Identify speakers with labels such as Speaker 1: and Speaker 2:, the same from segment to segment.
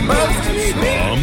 Speaker 1: From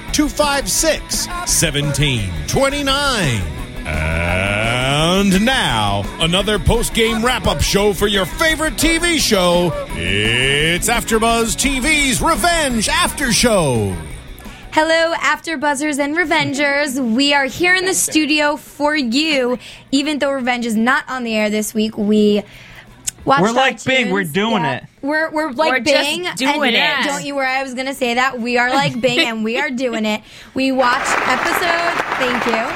Speaker 1: 256 1729. And now, another post game wrap up show for your favorite TV show. It's AfterBuzz TV's Revenge After Show.
Speaker 2: Hello, After Buzzers and Revengers. We are here in the studio for you. Even though Revenge is not on the air this week, we watched.
Speaker 3: We're like
Speaker 2: iTunes.
Speaker 3: Big, we're doing it.
Speaker 2: We're we're like
Speaker 4: We're just
Speaker 2: Bing.
Speaker 4: doing
Speaker 2: and
Speaker 4: it.
Speaker 2: Don't you worry, I was gonna say that. We are like Bing, and we are doing it. We watched episode. Thank you.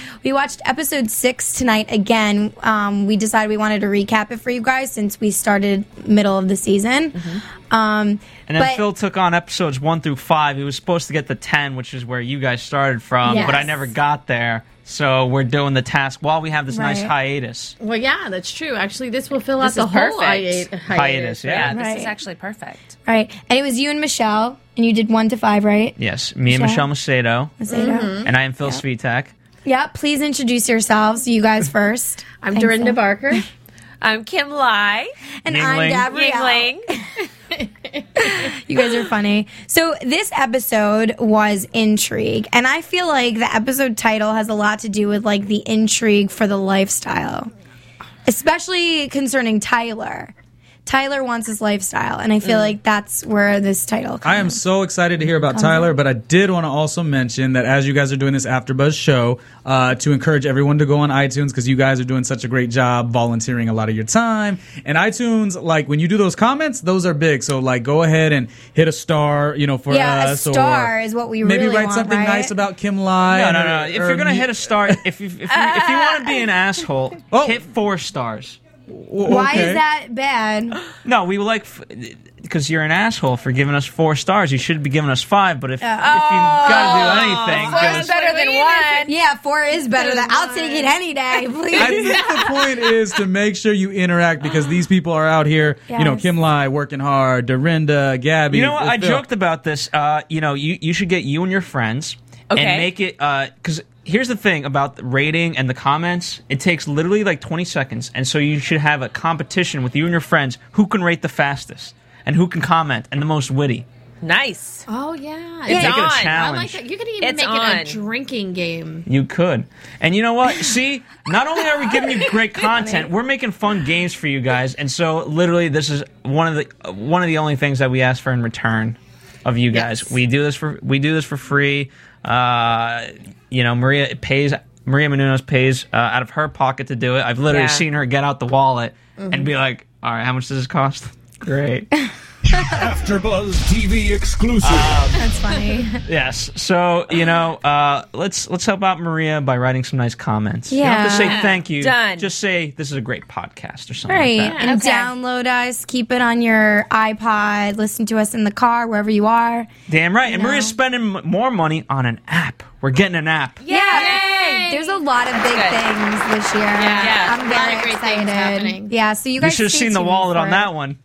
Speaker 2: we watched episode six tonight again. Um, we decided we wanted to recap it for you guys since we started middle of the season.
Speaker 4: Mm-hmm.
Speaker 2: Um,
Speaker 3: And then
Speaker 2: but-
Speaker 3: Phil took on episodes one through five. He was supposed to get the ten, which is where you guys started from, but I
Speaker 2: Yes.
Speaker 3: never got there. So we're doing the task while we have this nice
Speaker 2: Right.
Speaker 3: hiatus.
Speaker 5: Well, yeah, that's true. Actually, this will fill
Speaker 4: This
Speaker 5: out the
Speaker 4: is
Speaker 5: whole
Speaker 4: perfect.
Speaker 5: hiat- hiatus.
Speaker 3: Hiatus, yeah.
Speaker 4: Yeah, this
Speaker 2: Right.
Speaker 4: is actually perfect.
Speaker 2: right, and it was you and Michelle, and you did one to five, right?
Speaker 3: Yes, me and Michelle
Speaker 2: Michelle?
Speaker 3: Macedo,
Speaker 2: Zeta?
Speaker 3: and I am Phil Svitek.
Speaker 2: Yeah, please introduce yourselves, you guys first.
Speaker 5: I'm
Speaker 2: Thanks,
Speaker 5: Dorinda
Speaker 2: Phil.
Speaker 5: Barker.
Speaker 4: I'm Kim Lai,
Speaker 2: And
Speaker 3: Yingling.
Speaker 2: I'm Gabrielle.
Speaker 4: Yingling.
Speaker 2: You guys are funny. So this episode was intrigue, and I feel like the episode title has a lot to do with like the intrigue for the lifestyle, especially concerning Tyler. Tyler wants his lifestyle, and I feel like that's where this title comes.
Speaker 6: I am so excited to hear about Tyler, but I did want to also mention that as you guys are doing this AfterBuzz show, uh, to encourage everyone to go on iTunes because you guys are doing such a great job volunteering a lot of your time. And iTunes, like when you do those comments, those are big. So like, go ahead and hit a star, you know, for
Speaker 2: Yeah, a
Speaker 6: us.
Speaker 2: star
Speaker 6: or
Speaker 2: is what we
Speaker 6: uh, maybe
Speaker 2: really
Speaker 6: write
Speaker 2: want,
Speaker 6: something
Speaker 2: right?
Speaker 6: nice about Kim Lai.
Speaker 3: No,
Speaker 6: and
Speaker 3: no,
Speaker 6: her-
Speaker 3: no. If
Speaker 6: her
Speaker 3: you're gonna
Speaker 6: mu-
Speaker 3: hit a star, if you if you, if you want to be an asshole,
Speaker 6: Oh.
Speaker 3: hit four stars.
Speaker 6: W-
Speaker 2: Why
Speaker 6: okay.
Speaker 2: is that bad?
Speaker 3: No, we like because you're an asshole for giving us four stars. You should be giving us five. But if if you
Speaker 2: Oh.
Speaker 3: gotta do anything, then-
Speaker 4: One's better than one.
Speaker 2: Yeah, four is better. Than, I'll take it any day,
Speaker 6: I
Speaker 2: please.
Speaker 6: think the point is to make sure you interact because these people are out here, you know,
Speaker 2: Yes.
Speaker 6: Kim Lai working hard, Dorinda, Gabby.
Speaker 3: You know what? I
Speaker 6: Phil.
Speaker 3: joked about this. Uh, you know, you, you should get you and your friends and
Speaker 4: Okay.
Speaker 3: make it because here's the thing about the rating and the comments. It takes literally like 20 seconds, and so you should have a competition with you and your friends who can rate the fastest and who can comment and the most witty.
Speaker 4: Nice.
Speaker 5: Oh, yeah.
Speaker 4: It's
Speaker 5: Yeah.
Speaker 3: Make it a
Speaker 4: on.
Speaker 5: I
Speaker 3: challenge.
Speaker 5: like that. You could even
Speaker 4: It's
Speaker 5: make
Speaker 4: on.
Speaker 5: it a drinking game.
Speaker 3: You could. And you know what? See, not only are we giving you great content, we're making fun games for you guys. And so literally this is one of the one of the only things that we ask for in return of you guys.
Speaker 5: Yes.
Speaker 3: We do this for we do this for free. Uh, you know, Maria pays Maria Menounos pays uh, out of her pocket to do it. I've literally
Speaker 4: Yeah.
Speaker 3: seen her get out the wallet and be like, "All right, how much does this cost?" Great.
Speaker 7: AfterBuzz TV exclusive.
Speaker 2: That's funny.
Speaker 3: Yes. So you know, uh, let's let's help out Maria by writing some nice comments. You don't have to say
Speaker 2: Yeah.
Speaker 3: thank you.
Speaker 4: Done.
Speaker 3: Just say this is a great podcast or something.
Speaker 2: Right.
Speaker 3: Like that.
Speaker 2: And
Speaker 4: Okay.
Speaker 2: download us, keep it on your iPod, listen to us in the car, wherever you are.
Speaker 3: Damn right. And Maria's spending m- more money on an app. We're getting an app.
Speaker 4: Yay!
Speaker 2: Yeah. There's a lot of big
Speaker 4: good.
Speaker 2: things this year. Yeah.
Speaker 4: Yeah.
Speaker 2: I'm
Speaker 5: A lot
Speaker 2: very
Speaker 5: of great things
Speaker 2: excited.
Speaker 5: happening.
Speaker 2: Yeah, so you
Speaker 3: You
Speaker 2: guys
Speaker 3: should have
Speaker 2: stay
Speaker 3: seen the
Speaker 2: tuned
Speaker 3: wallet
Speaker 2: for
Speaker 3: on that one.
Speaker 2: it.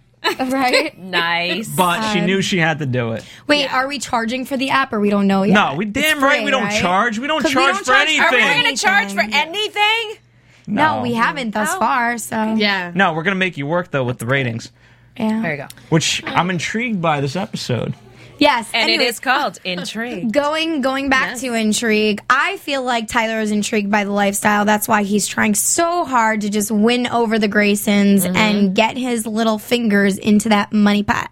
Speaker 2: Right?
Speaker 4: Nice.
Speaker 3: But she knew she had to do it.
Speaker 2: Wait, are we charging for the app or we don't know yet?
Speaker 3: No, we damn
Speaker 2: It's
Speaker 3: right
Speaker 2: free,
Speaker 3: we don't charge. We don't
Speaker 2: 'Cause we
Speaker 3: charge
Speaker 2: don't
Speaker 3: for
Speaker 2: charge-
Speaker 4: Are
Speaker 3: anything.
Speaker 4: we going to charge for
Speaker 2: Anything.
Speaker 4: anything?
Speaker 2: No, we haven't thus
Speaker 4: Oh.
Speaker 2: far, so
Speaker 5: Yeah.
Speaker 3: No, we're gonna make you work though with the ratings.
Speaker 2: yeah.
Speaker 4: There you go.
Speaker 3: Which I'm intrigued by this episode.
Speaker 2: Yes.
Speaker 4: And it
Speaker 2: anyways,
Speaker 4: is called Intrigue.
Speaker 2: Going going back to intrigue, I feel like Tyler is intrigued by the lifestyle. That's why he's trying so hard to just win over the Graysons and get his little fingers into that money pot.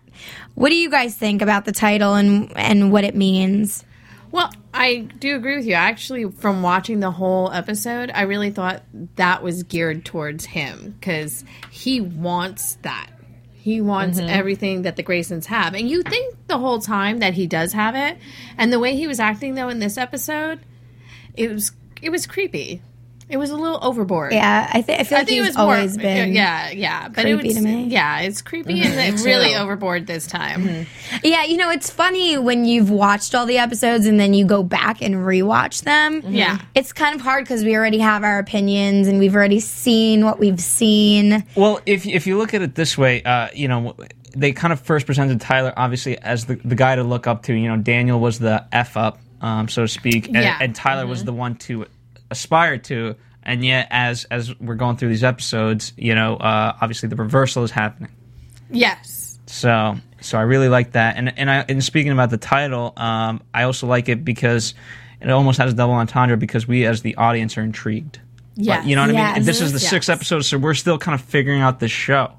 Speaker 2: What do you guys think about the title and and what it means?
Speaker 5: Well, I do agree with you. Actually, from watching the whole episode, I really thought that was geared towards him because he wants that. He wants
Speaker 4: Mm-hmm.
Speaker 5: everything that the Graysons have. And you think the whole time that he does have it. And the way he was acting though in this episode, it was it was creepy. It was a little overboard.
Speaker 2: Yeah, I, th- I feel
Speaker 5: I
Speaker 2: like
Speaker 5: think it
Speaker 2: he's
Speaker 5: was more-
Speaker 2: always been.
Speaker 5: yeah, yeah, but it
Speaker 2: creepy
Speaker 5: was
Speaker 2: to me.
Speaker 5: yeah, it's creepy and it's really overboard this time.
Speaker 2: Yeah, you know, it's funny when you've watched all the episodes and then you go back and rewatch them.
Speaker 5: Yeah.
Speaker 2: It's kind of hard because we already have our opinions and we've already seen what we've seen.
Speaker 3: Well, if if you look at it this way, uh, you know they kind of first presented Tyler obviously as the, the guy to look up to. You know, Daniel was the f up, um, so to speak, and,
Speaker 5: Yeah.
Speaker 3: and Tyler was the one to aspire to. And yet, as as we're going through these episodes, you know, uh, obviously the reversal is happening.
Speaker 5: Yes.
Speaker 3: So so I really like that. And and I and speaking about the title, um, I also like it because it almost has a double entendre because we as the audience are intrigued.
Speaker 5: Yes.
Speaker 3: You know what I mean?
Speaker 2: Yes.
Speaker 3: This is the
Speaker 5: Yes.
Speaker 3: sixth episode, so we're still kind of figuring out this show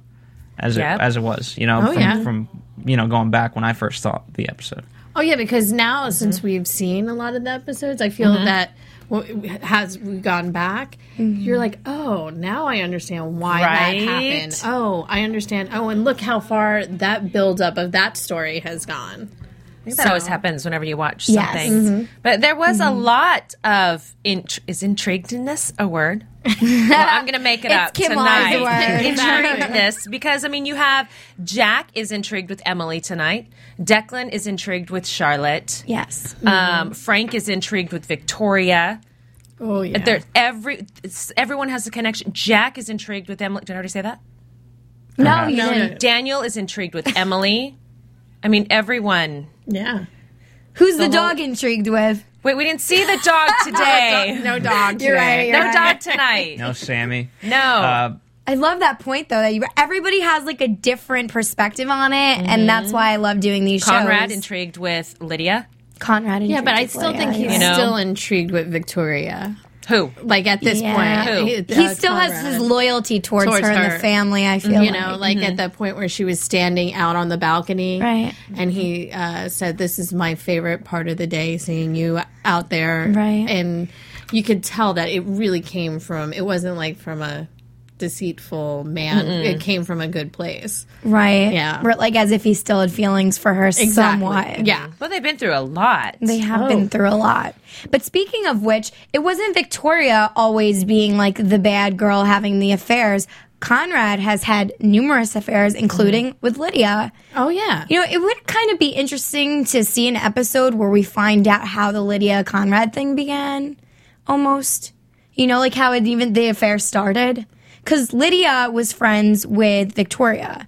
Speaker 3: as
Speaker 4: Yep.
Speaker 3: it as it was. You know,
Speaker 5: Oh,
Speaker 3: from,
Speaker 5: yeah.
Speaker 3: from you know going back when I first saw the episode.
Speaker 5: Oh yeah, because now since we've seen a lot of the episodes, I feel that w- has we gone back, you're like, oh, now I understand why
Speaker 4: Right?
Speaker 5: that happened. Oh, I understand. Oh, and look how far that buildup of that story has gone.
Speaker 4: That always happens whenever you watch
Speaker 2: Yes.
Speaker 4: something. But there was a lot of int- is intriguedness a word? well, I'm going to make it
Speaker 2: It's
Speaker 4: up
Speaker 2: Kim Law's
Speaker 4: tonight.
Speaker 2: word.
Speaker 4: intriguedness because I mean you have Jack is intrigued with Emily tonight. Declan is intrigued with Charlotte.
Speaker 2: Yes.
Speaker 4: Um, Frank is intrigued with Victoria.
Speaker 5: Oh yeah.
Speaker 4: There, every it's- everyone has a connection. Jack is intrigued with Emily. Did I already say that?
Speaker 2: No, you
Speaker 5: no,
Speaker 2: didn't.
Speaker 5: no.
Speaker 4: Daniel is intrigued with Emily. I mean, everyone.
Speaker 5: yeah.
Speaker 2: Who's the, dog intrigued with?
Speaker 4: Wait, we didn't see the dog today.
Speaker 5: No dog.
Speaker 2: You're right.
Speaker 5: today.
Speaker 2: you're
Speaker 4: no
Speaker 2: right.
Speaker 4: dog tonight.
Speaker 3: No, Sammy.
Speaker 4: No.
Speaker 5: Oh.
Speaker 3: Uh,
Speaker 2: I love that point though that you everybody has like a different perspective on it, and that's why I love doing these
Speaker 4: Conrad
Speaker 2: shows.
Speaker 4: intrigued with Lydia.
Speaker 2: Conrad intrigued.
Speaker 5: Yeah, but I
Speaker 2: with
Speaker 5: still
Speaker 2: Leia,
Speaker 5: think he's
Speaker 2: yeah.
Speaker 4: know?
Speaker 5: still intrigued with Victoria.
Speaker 4: Who?
Speaker 5: Like at this
Speaker 2: Yeah.
Speaker 5: point,
Speaker 4: Who?
Speaker 5: uh,
Speaker 2: he still has
Speaker 5: Conrad.
Speaker 2: his loyalty towards,
Speaker 5: Towards
Speaker 2: her, and
Speaker 5: her.
Speaker 2: the family. I feel
Speaker 5: you know, like at the point where she was standing out on the balcony,
Speaker 2: Mm-hmm. Right.
Speaker 5: And he uh, said, "This is my favorite part of the day, seeing you out there,
Speaker 2: Right.
Speaker 5: And you could tell that it really came from. It wasn't like from a deceitful man. It came from a good place.
Speaker 2: right?
Speaker 5: Yeah.
Speaker 2: Or, like as if he still had feelings for her somewhat.
Speaker 5: Yeah.
Speaker 4: Well, they've been through a lot.
Speaker 2: They have
Speaker 5: Oh.
Speaker 2: been through a lot. But speaking of which, it wasn't Victoria always being like the bad girl having the affairs. Conrad has had numerous affairs, including with Lydia.
Speaker 5: Oh yeah.
Speaker 2: You know, it would kind of be interesting to see an episode where we find out how the Lydia Conrad thing began, almost. You know, like how it even the affair started. Because Lydia was friends with Victoria,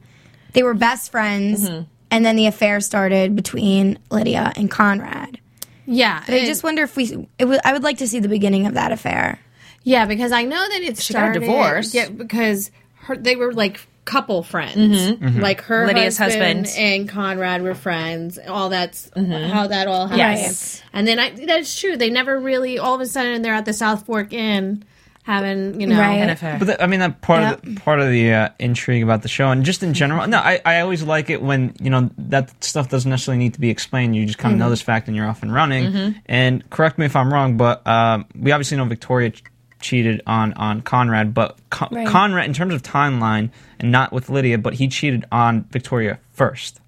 Speaker 2: they were best friends,
Speaker 4: Mm-hmm.
Speaker 2: and then the affair started between Lydia and Conrad.
Speaker 5: yeah.
Speaker 2: But I just wonder if we. It was, I would like to see the beginning of that affair.
Speaker 5: Yeah, because I know that it's she
Speaker 4: got a divorce.
Speaker 5: Yeah, because her, they were like couple friends. Like her
Speaker 4: Lydia's
Speaker 5: husband,
Speaker 4: husband.
Speaker 5: and Conrad were friends. All that's how that all happened.
Speaker 4: Yes.
Speaker 5: And then I that's true. They never really all of a sudden they're at the South Fork Inn having, you know,
Speaker 2: Right.
Speaker 4: An affair.
Speaker 3: But the, I mean, that part of the, part of the uh, intrigue about the show, and just in general, no, I, I always like it when you know that stuff doesn't necessarily need to be explained. You just kind of
Speaker 4: Mm-hmm.
Speaker 3: know this fact, and you're off and running. And correct me if I'm wrong, but um, we obviously know Victoria ch- cheated on on Conrad, but Con-
Speaker 2: Right.
Speaker 3: Conrad, in terms of timeline, and not with Lydia, but he cheated on Victoria first,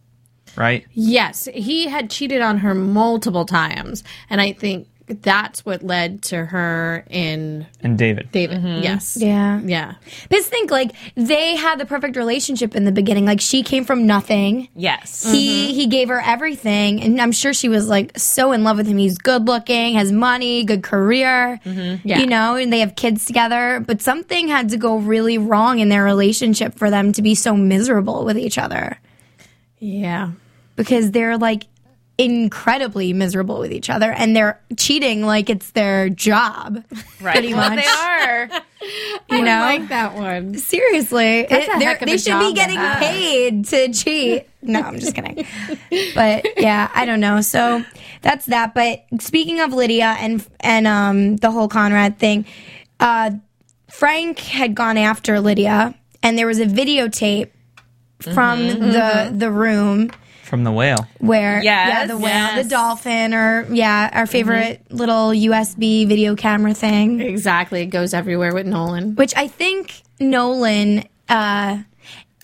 Speaker 3: right?
Speaker 5: Yes, he had cheated on her multiple times. And I think that's what led to her and
Speaker 3: And David.
Speaker 5: David. Yes.
Speaker 2: Yeah.
Speaker 5: Yeah.
Speaker 2: Just think, like they had the perfect relationship in the beginning. Like she came from nothing.
Speaker 4: yes.
Speaker 2: He he gave her everything, and I'm sure she was like so in love with him. He's good looking, has money, good career,
Speaker 4: Mm-hmm.
Speaker 5: Yeah.
Speaker 2: you know, and they have kids together. But something had to go really wrong in their relationship for them to be so miserable with each other
Speaker 5: Yeah.
Speaker 2: because they're like incredibly miserable with each other, and they're cheating like it's their job.
Speaker 4: right. well,
Speaker 2: much.
Speaker 4: they are.
Speaker 2: You know,
Speaker 5: I like that one.
Speaker 2: Seriously, it-
Speaker 5: a
Speaker 2: they're-
Speaker 5: heck of
Speaker 2: they
Speaker 5: a
Speaker 2: should be
Speaker 5: job to
Speaker 2: getting
Speaker 5: have.
Speaker 2: paid to cheat. No, I'm just kidding. But yeah, I don't know. So that's that. But speaking of Lydia and and um the whole Conrad thing, uh, Frank had gone after Lydia, and there was a videotape from
Speaker 5: Mm-hmm.
Speaker 2: the the room
Speaker 3: From the whale.
Speaker 2: where yeah
Speaker 4: Yes.
Speaker 2: the whale,
Speaker 4: Yes.
Speaker 2: the dolphin, or yeah our favorite
Speaker 5: Mm-hmm.
Speaker 2: little USB video camera thing
Speaker 5: Exactly. It goes everywhere with Nolan.
Speaker 2: which I think Nolan uh,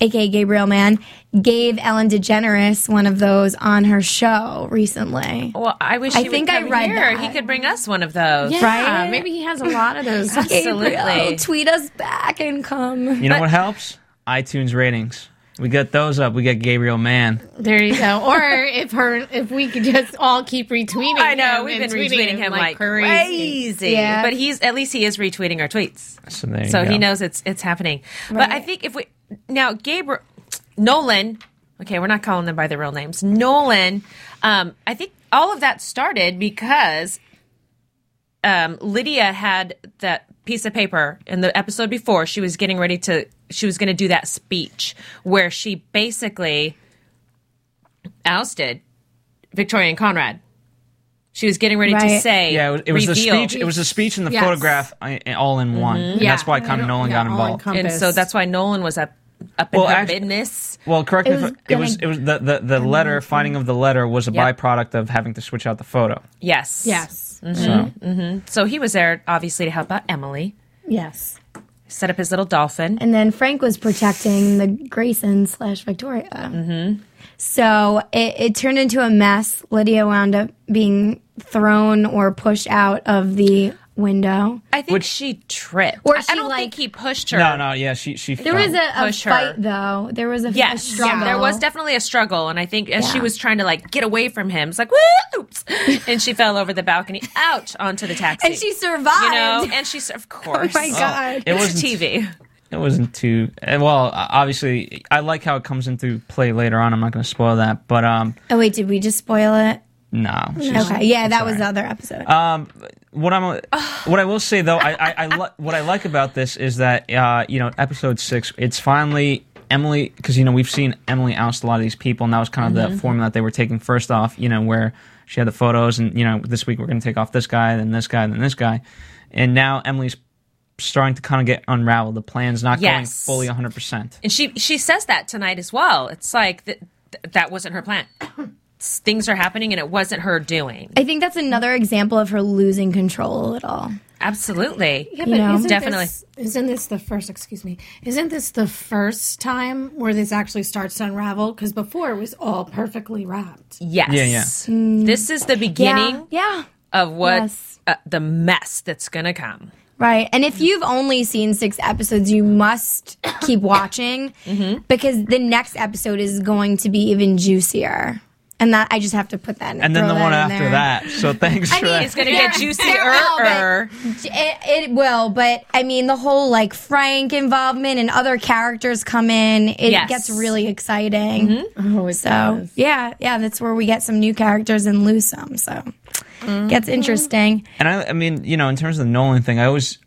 Speaker 2: aka Gabriel Mann, gave Ellen DeGeneres one of those on her show recently.
Speaker 4: Well, I wish
Speaker 2: I
Speaker 4: he
Speaker 2: think
Speaker 4: would
Speaker 2: I
Speaker 4: come
Speaker 2: read
Speaker 4: here.
Speaker 2: that.
Speaker 4: He could bring us one of those.
Speaker 5: Yeah,
Speaker 2: Right?
Speaker 5: maybe he has a lot of those.
Speaker 4: Absolutely.
Speaker 2: Gabriel, tweet us back and come.
Speaker 3: You know what helps? iTunes ratings. We get those up. We get Gabriel Mann.
Speaker 5: There you go. Or if her, if we could just all keep retweeting.
Speaker 4: I
Speaker 5: him
Speaker 4: know we've been
Speaker 5: and
Speaker 4: retweeting him like
Speaker 5: crazy.
Speaker 4: crazy,
Speaker 2: Yeah.
Speaker 4: but he's at least he is retweeting our tweets,
Speaker 3: So there you
Speaker 4: so
Speaker 3: go.
Speaker 4: he knows it's it's happening. But I
Speaker 2: Right.
Speaker 4: think if we now Gabriel Nolan, okay, we're not calling them by their real names. Nolan, um, I think all of that started because um, Lydia had that piece of paper in the episode before. She was getting ready to she was going to do that speech where she basically ousted Victoria and Conrad. She was getting ready to
Speaker 2: Right.
Speaker 4: say,
Speaker 3: Yeah, it was, it was the
Speaker 4: reveal.
Speaker 3: speech. It was the speech and the
Speaker 5: Yes.
Speaker 3: photograph I- all in one. And
Speaker 5: Yeah.
Speaker 3: that's why Connor Nolan
Speaker 5: Yeah,
Speaker 3: got
Speaker 5: all
Speaker 3: involved.
Speaker 5: encompassed.
Speaker 4: and so that's why Nolan was up up in
Speaker 3: Well,
Speaker 4: her
Speaker 3: act-
Speaker 4: business.
Speaker 3: Well, correct me
Speaker 2: It
Speaker 3: if
Speaker 2: was
Speaker 3: I- it was
Speaker 2: gonna-
Speaker 3: it was the the, the letter finding of the letter was a
Speaker 4: Yep.
Speaker 3: byproduct of having to switch out the photo.
Speaker 4: Yes,
Speaker 5: Yes.
Speaker 3: So
Speaker 4: So he was there obviously to help out Emily
Speaker 2: Yes.
Speaker 4: set up his little dolphin.
Speaker 2: And then Frank was protecting the Grayson slash Victoria. Mm-hmm. So it, it turned into a mess. Lydia wound up being thrown or pushed out of the window.
Speaker 4: I think
Speaker 3: Which-
Speaker 4: she tripped.
Speaker 2: Or
Speaker 4: I-
Speaker 2: she,
Speaker 4: I don't
Speaker 2: like-
Speaker 4: think he pushed her.
Speaker 3: no, no, yeah, she she.
Speaker 2: There was a, a
Speaker 4: Push her.
Speaker 2: fight, though. There was a, a
Speaker 4: Yes,
Speaker 2: struggle.
Speaker 4: Yeah, there was definitely a struggle, and I think as she
Speaker 2: Yeah.
Speaker 4: was trying to like get away from him, it's like, Woo! oops, and she fell over the balcony, ouch, onto the taxi,
Speaker 2: And she survived. Oh
Speaker 4: You know, and Oh, she, sur- of course,
Speaker 2: my God.
Speaker 3: Oh, it
Speaker 4: It's
Speaker 3: wasn't
Speaker 4: TV.
Speaker 3: It wasn't too eh, well. uh, Obviously, I like how it comes into play later on. I'm not going to spoil that, but um,
Speaker 2: Oh, wait, did we just spoil it?
Speaker 3: no.
Speaker 2: Okay, yeah, that was the other episode.
Speaker 3: Uh, What I'm what I will say though, I I, I li- what I like about this is that uh, you know, episode six, it's finally. Emily, because you know we've seen Emily oust a lot of these people, and that was kind of
Speaker 2: Mm-hmm.
Speaker 3: the formula that they were taking. First off, you know where she had the photos, and you know this week we're going to take off this guy, then this guy, then this guy, and now Emily's starting to kind of get unraveled. The plan's not
Speaker 4: Yes.
Speaker 3: going fully 100. percent
Speaker 4: And she she says that tonight as well. It's like th- th- that wasn't her plan. S- Things are happening, and it wasn't her doing.
Speaker 2: I think that's another example of her losing control a little.
Speaker 4: Absolutely.
Speaker 5: Yeah,
Speaker 2: You know?
Speaker 5: isn't
Speaker 4: Definitely.
Speaker 5: This, isn't this the first? Excuse me. Isn't this the first time where this actually starts to unravel? Because before it was all perfectly wrapped.
Speaker 4: Yes.
Speaker 3: Yeah, yeah.
Speaker 4: This is the beginning
Speaker 2: Yeah.
Speaker 4: of what
Speaker 2: Yes.
Speaker 4: uh, the mess that's gonna come.
Speaker 2: Right. And if you've only seen six episodes, you must keep watching because the next episode is going to be even juicier. And that I just have to put that in.
Speaker 3: and then
Speaker 2: throw
Speaker 3: the one
Speaker 2: in
Speaker 3: after
Speaker 2: there.
Speaker 3: that. So thanks for that.
Speaker 4: It's gonna
Speaker 2: They're-
Speaker 4: get
Speaker 2: they're
Speaker 4: juicier.
Speaker 2: It, it will, but I mean, the whole like Frank involvement and other characters come in. It
Speaker 4: Yes. Mm-hmm.
Speaker 2: gets really exciting.
Speaker 5: Oh, it's
Speaker 2: So yeah, yeah, that's where we get some new characters and lose some. So
Speaker 4: Mm-hmm.
Speaker 2: gets interesting.
Speaker 3: And I, I mean, you know, in terms of the Nolan thing, I always,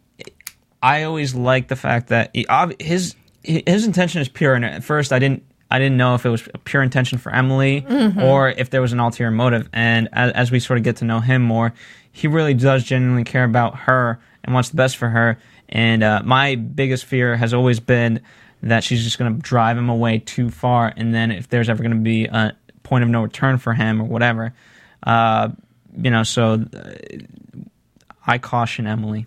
Speaker 3: I always like the fact that he, ob- his his intention is pure. And at first, I didn't. I didn't know if it was a pure intention for Emily or if there was an ulterior motive. And as, as we sort of get to know him more, he really does genuinely care about her and wants the best for her. And uh, my biggest fear has always been that she's just going to drive him away too far. And then if there's ever going to be a point of no return for him or whatever, uh, you know, so uh, I caution Emily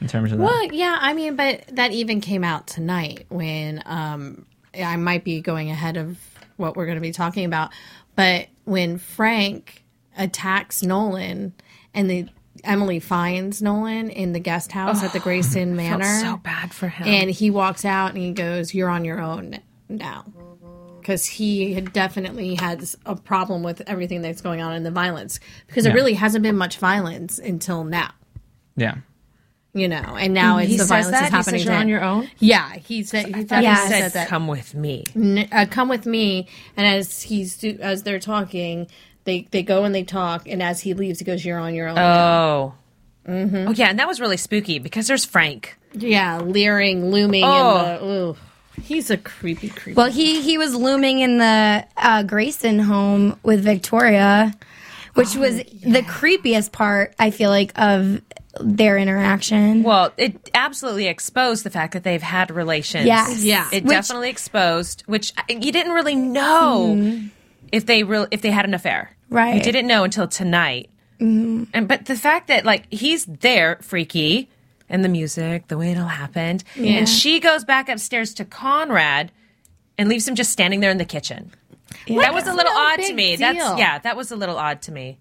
Speaker 3: in terms of that.
Speaker 5: Well, yeah, I mean, but that even came out tonight when um, I might be going ahead of what we're going to be talking about, but when Frank attacks Nolan and the Emily finds Nolan in the guest house at the Grayson Manor,
Speaker 4: So Oh, bad for him.
Speaker 5: and he walks out and he goes, "You're on your own now." Because he had definitely has a problem with everything that's going on in the violence. Because
Speaker 3: Yeah.
Speaker 5: there really hasn't been much violence until now
Speaker 3: Yeah.
Speaker 5: you know, and now it's
Speaker 4: he
Speaker 5: the
Speaker 4: says
Speaker 5: violence
Speaker 4: that?
Speaker 5: is
Speaker 4: He says
Speaker 5: happening.
Speaker 4: you're
Speaker 5: to
Speaker 4: on
Speaker 5: him.
Speaker 4: your own?
Speaker 5: Yeah, he said. He thought
Speaker 2: Yes.
Speaker 5: he said that.
Speaker 4: Come with me.
Speaker 5: N- Uh, come with me, and as he's do- as they're talking, they they go and they talk, and as he leaves, he goes, "You're on your own."
Speaker 4: Oh. Oh yeah, and that was really spooky because there's Frank.
Speaker 5: yeah, leering, looming.
Speaker 4: Oh.
Speaker 5: in the, ooh. he's a creepy, creepy.
Speaker 2: Well, he he was looming in the uh, Grayson home with Victoria, which was the creepiest part. I feel like of their interaction.
Speaker 4: Well, it absolutely exposed the fact that they've had relations.
Speaker 2: Yes. Yeah.
Speaker 4: It
Speaker 2: Which-
Speaker 4: definitely exposed, which I- you didn't really know if they real if they had an affair. You
Speaker 2: Mm-hmm. Right. Mm-hmm.
Speaker 4: didn't know until tonight. And but the fact that like he's there, freaky, and the music, the way it all happened, and she goes back upstairs to Conrad. and leaves him just standing there in the kitchen. That was a little
Speaker 5: no
Speaker 4: odd to
Speaker 5: big
Speaker 4: me. That's
Speaker 5: deal.
Speaker 4: yeah, that was a little odd to me.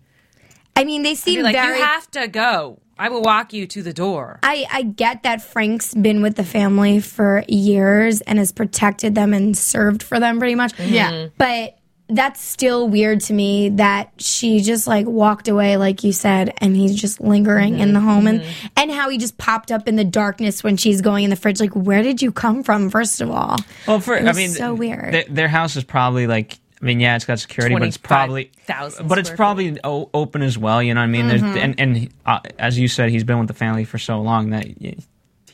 Speaker 2: I mean, they
Speaker 4: Be
Speaker 2: seem
Speaker 4: like
Speaker 2: very.
Speaker 4: you have to go. I will walk you to the door.
Speaker 2: I, I get that Frank's been with the family for years and has protected them and served for them pretty much.
Speaker 4: Mm-hmm.
Speaker 5: Yeah.
Speaker 2: But that's still weird to me that she just like walked away, like you said, and he's just lingering in the home and,
Speaker 4: Mm-hmm.
Speaker 2: and how he just popped up in the darkness when she's going in the fridge. Like, where did you come from, first of all?
Speaker 3: Well, for
Speaker 2: It
Speaker 3: I
Speaker 2: was
Speaker 3: mean,
Speaker 2: so weird.
Speaker 3: th- their house is probably like. I mean, yeah, it's got security, but it's probably
Speaker 4: 25,000
Speaker 3: but it's
Speaker 4: square Mm-hmm.
Speaker 3: probably o- open as well. You know what I mean? There's, and and uh, as you said, he's been with the family for so long that y-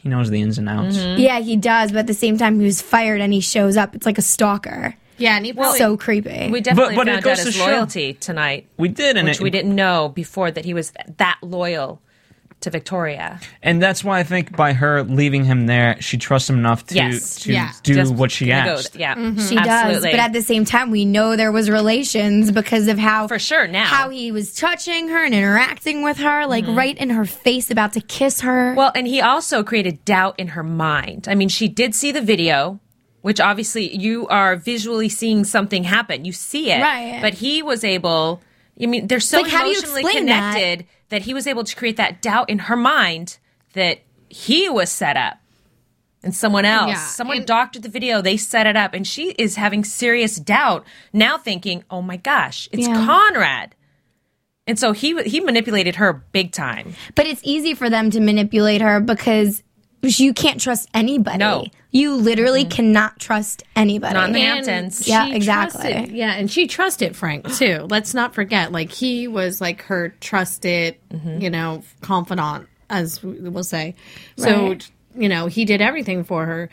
Speaker 3: he knows the ins and outs.
Speaker 4: Mm-hmm.
Speaker 2: Yeah, he does, but at the same time, he was fired and he shows up. It's like a stalker.
Speaker 5: Yeah, and he probably
Speaker 2: so creepy.
Speaker 4: We definitely
Speaker 3: but it
Speaker 4: found
Speaker 3: goes
Speaker 4: out
Speaker 3: to
Speaker 4: his
Speaker 3: show-
Speaker 4: loyalty tonight,
Speaker 3: We did, and
Speaker 4: which
Speaker 3: it-
Speaker 4: we didn't know before that he was that loyal to Victoria.
Speaker 3: and that's why I think by her leaving him there, she trusts him enough to
Speaker 4: Yes.
Speaker 3: to
Speaker 5: Yeah.
Speaker 3: do
Speaker 4: Just
Speaker 3: what she
Speaker 4: gonna go
Speaker 3: asked.
Speaker 4: th- yeah,
Speaker 2: She does, but at the same time, we know there was relations because of how
Speaker 4: For sure now.
Speaker 2: how he was touching her and interacting with her, like right in her face, about to kiss her.
Speaker 4: Mm-hmm. Well, and he also created doubt in her mind. I mean, she did see the video, which obviously you are visually seeing something happen. You see it.
Speaker 2: Right.
Speaker 4: But he was able, I mean, they're so
Speaker 2: Like, how do you
Speaker 4: emotionally
Speaker 2: explain that?
Speaker 4: connected that? he was able to create that doubt in her mind that he was set up. And someone else,
Speaker 5: Yeah,
Speaker 4: someone
Speaker 5: and-
Speaker 4: doctored the video, they set it up, and she is having serious doubt now, thinking, "Oh my gosh, it's
Speaker 2: Yeah.
Speaker 4: Conrad." And so he he manipulated her big time.
Speaker 2: but it's easy for them to manipulate her because you can't trust anybody.
Speaker 4: No. Mm-hmm.
Speaker 2: You literally cannot trust anybody.
Speaker 4: Not in the
Speaker 5: And
Speaker 4: Hamptons.
Speaker 5: she
Speaker 2: Yeah, exactly.
Speaker 5: trusted- yeah, and she trusted Frank too. Let's not forget, like he was like her trusted, you know, confidant, as we- we'll say. So
Speaker 2: Right.
Speaker 5: you know, he did everything for her.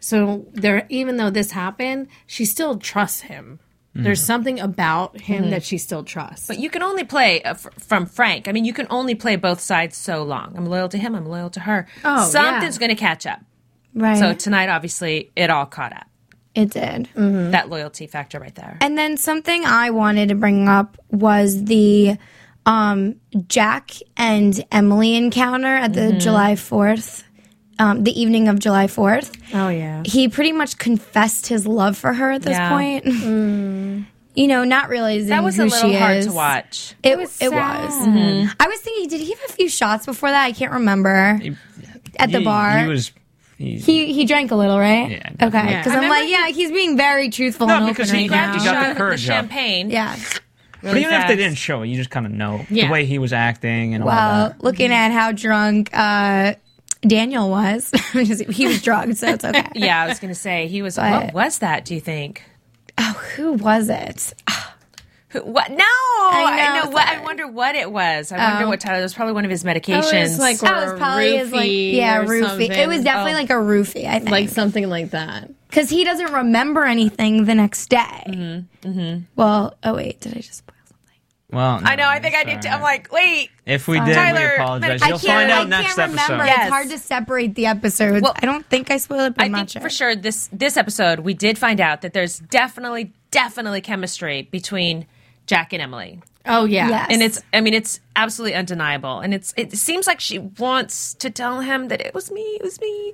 Speaker 5: So there, even though this happened, she still trusts him. There's something about him that she still trusts.
Speaker 4: But you can only play uh, f- from Frank. I mean, you can only play both sides so long. I'm loyal to him. I'm loyal to her.
Speaker 5: Oh, yeah.
Speaker 4: Something's going to catch up.
Speaker 2: right.
Speaker 4: So tonight, obviously, it all caught up.
Speaker 2: it did.
Speaker 4: That loyalty factor right there.
Speaker 2: And then something I wanted to bring up was the um, Jack and Emily encounter at the July 4th, um, the evening of July 4th.
Speaker 5: oh yeah,
Speaker 2: He pretty much confessed his love for her at this
Speaker 4: Yeah.
Speaker 2: point. You know, not realizing
Speaker 4: that was
Speaker 2: who
Speaker 4: a little
Speaker 2: she
Speaker 4: hard
Speaker 2: is.
Speaker 4: to watch.
Speaker 2: It, was. It was. Mm-hmm. I was thinking, did he have a few shots before that? I can't remember. At the
Speaker 3: He-
Speaker 2: bar,
Speaker 3: he was. He,
Speaker 2: he, he drank a little, right?
Speaker 3: Yeah,
Speaker 2: Okay.
Speaker 3: definitely.
Speaker 2: Because I'm like, yeah, he's being very truthful
Speaker 3: No,
Speaker 2: and open
Speaker 3: because
Speaker 2: right
Speaker 3: he
Speaker 2: now.
Speaker 3: got- he got the
Speaker 4: Shot
Speaker 3: courage up.
Speaker 4: champagne.
Speaker 2: yeah.
Speaker 3: but even if they
Speaker 4: fast.
Speaker 3: didn't show it, you just kind of know
Speaker 5: Yeah.
Speaker 3: the way he was acting and all
Speaker 2: Well,
Speaker 3: that.
Speaker 2: Uh, looking at how drunk uh, Daniel was, he was drugged, so it's okay.
Speaker 4: Yeah, I was going to say he was.
Speaker 2: But-
Speaker 4: what was that? Do you think?
Speaker 2: Oh, Who was it?
Speaker 4: Who, what? No, I
Speaker 2: know,
Speaker 4: know. what, I
Speaker 2: sorry.
Speaker 4: wonder what it was. I wonder what Tyler. It was probably one of his medications.
Speaker 5: like
Speaker 2: That Oh, was probably his like
Speaker 5: roofie
Speaker 2: yeah
Speaker 5: or
Speaker 2: roofie. It
Speaker 5: something.
Speaker 2: was definitely like a roofie, I
Speaker 5: like
Speaker 2: think,
Speaker 5: something like that.
Speaker 2: because he doesn't remember anything the next day. Well, oh wait, did I just? spoil something?
Speaker 3: Well,
Speaker 4: I know. I think I did. Too. I'm like, wait.
Speaker 3: If we did,
Speaker 4: Tyler,
Speaker 3: we apologize.
Speaker 4: I
Speaker 3: You'll
Speaker 4: can't-
Speaker 3: find out
Speaker 2: I
Speaker 3: next
Speaker 2: can't
Speaker 3: episode.
Speaker 2: remember.
Speaker 4: Yes.
Speaker 2: It's hard to separate the episodes.
Speaker 4: Well,
Speaker 2: I don't think I spoiled it, but
Speaker 4: I
Speaker 2: I'm
Speaker 4: think
Speaker 2: not sure.
Speaker 4: for sure this this episode we did find out that there's definitely definitely chemistry between Jack and Emily.
Speaker 5: Oh yeah,
Speaker 2: Yes.
Speaker 4: And it's I mean it's absolutely undeniable and it's it seems like she wants to tell him that it was me, it was me.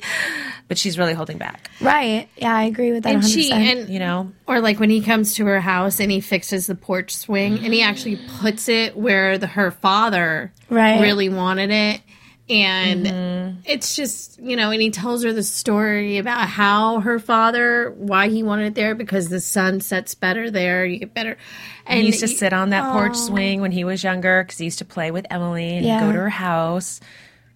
Speaker 4: But she's really holding back,
Speaker 2: Right? Yeah, I agree with that.
Speaker 5: and she
Speaker 2: 100%.
Speaker 5: and
Speaker 4: you know.
Speaker 5: Or like when he comes to her house and he fixes the porch swing and he actually puts it where the, her father
Speaker 2: Right.
Speaker 5: really wanted it. And
Speaker 4: Mm-hmm.
Speaker 5: it's just, you know, and he tells her the story about how her father, why he wanted it there because the sun sets better there, you get better. And
Speaker 4: He used to
Speaker 5: you-
Speaker 4: sit on that porch swing when he was younger because he used to play with Emily and he'd
Speaker 2: Oh. Yeah.
Speaker 4: go to her house.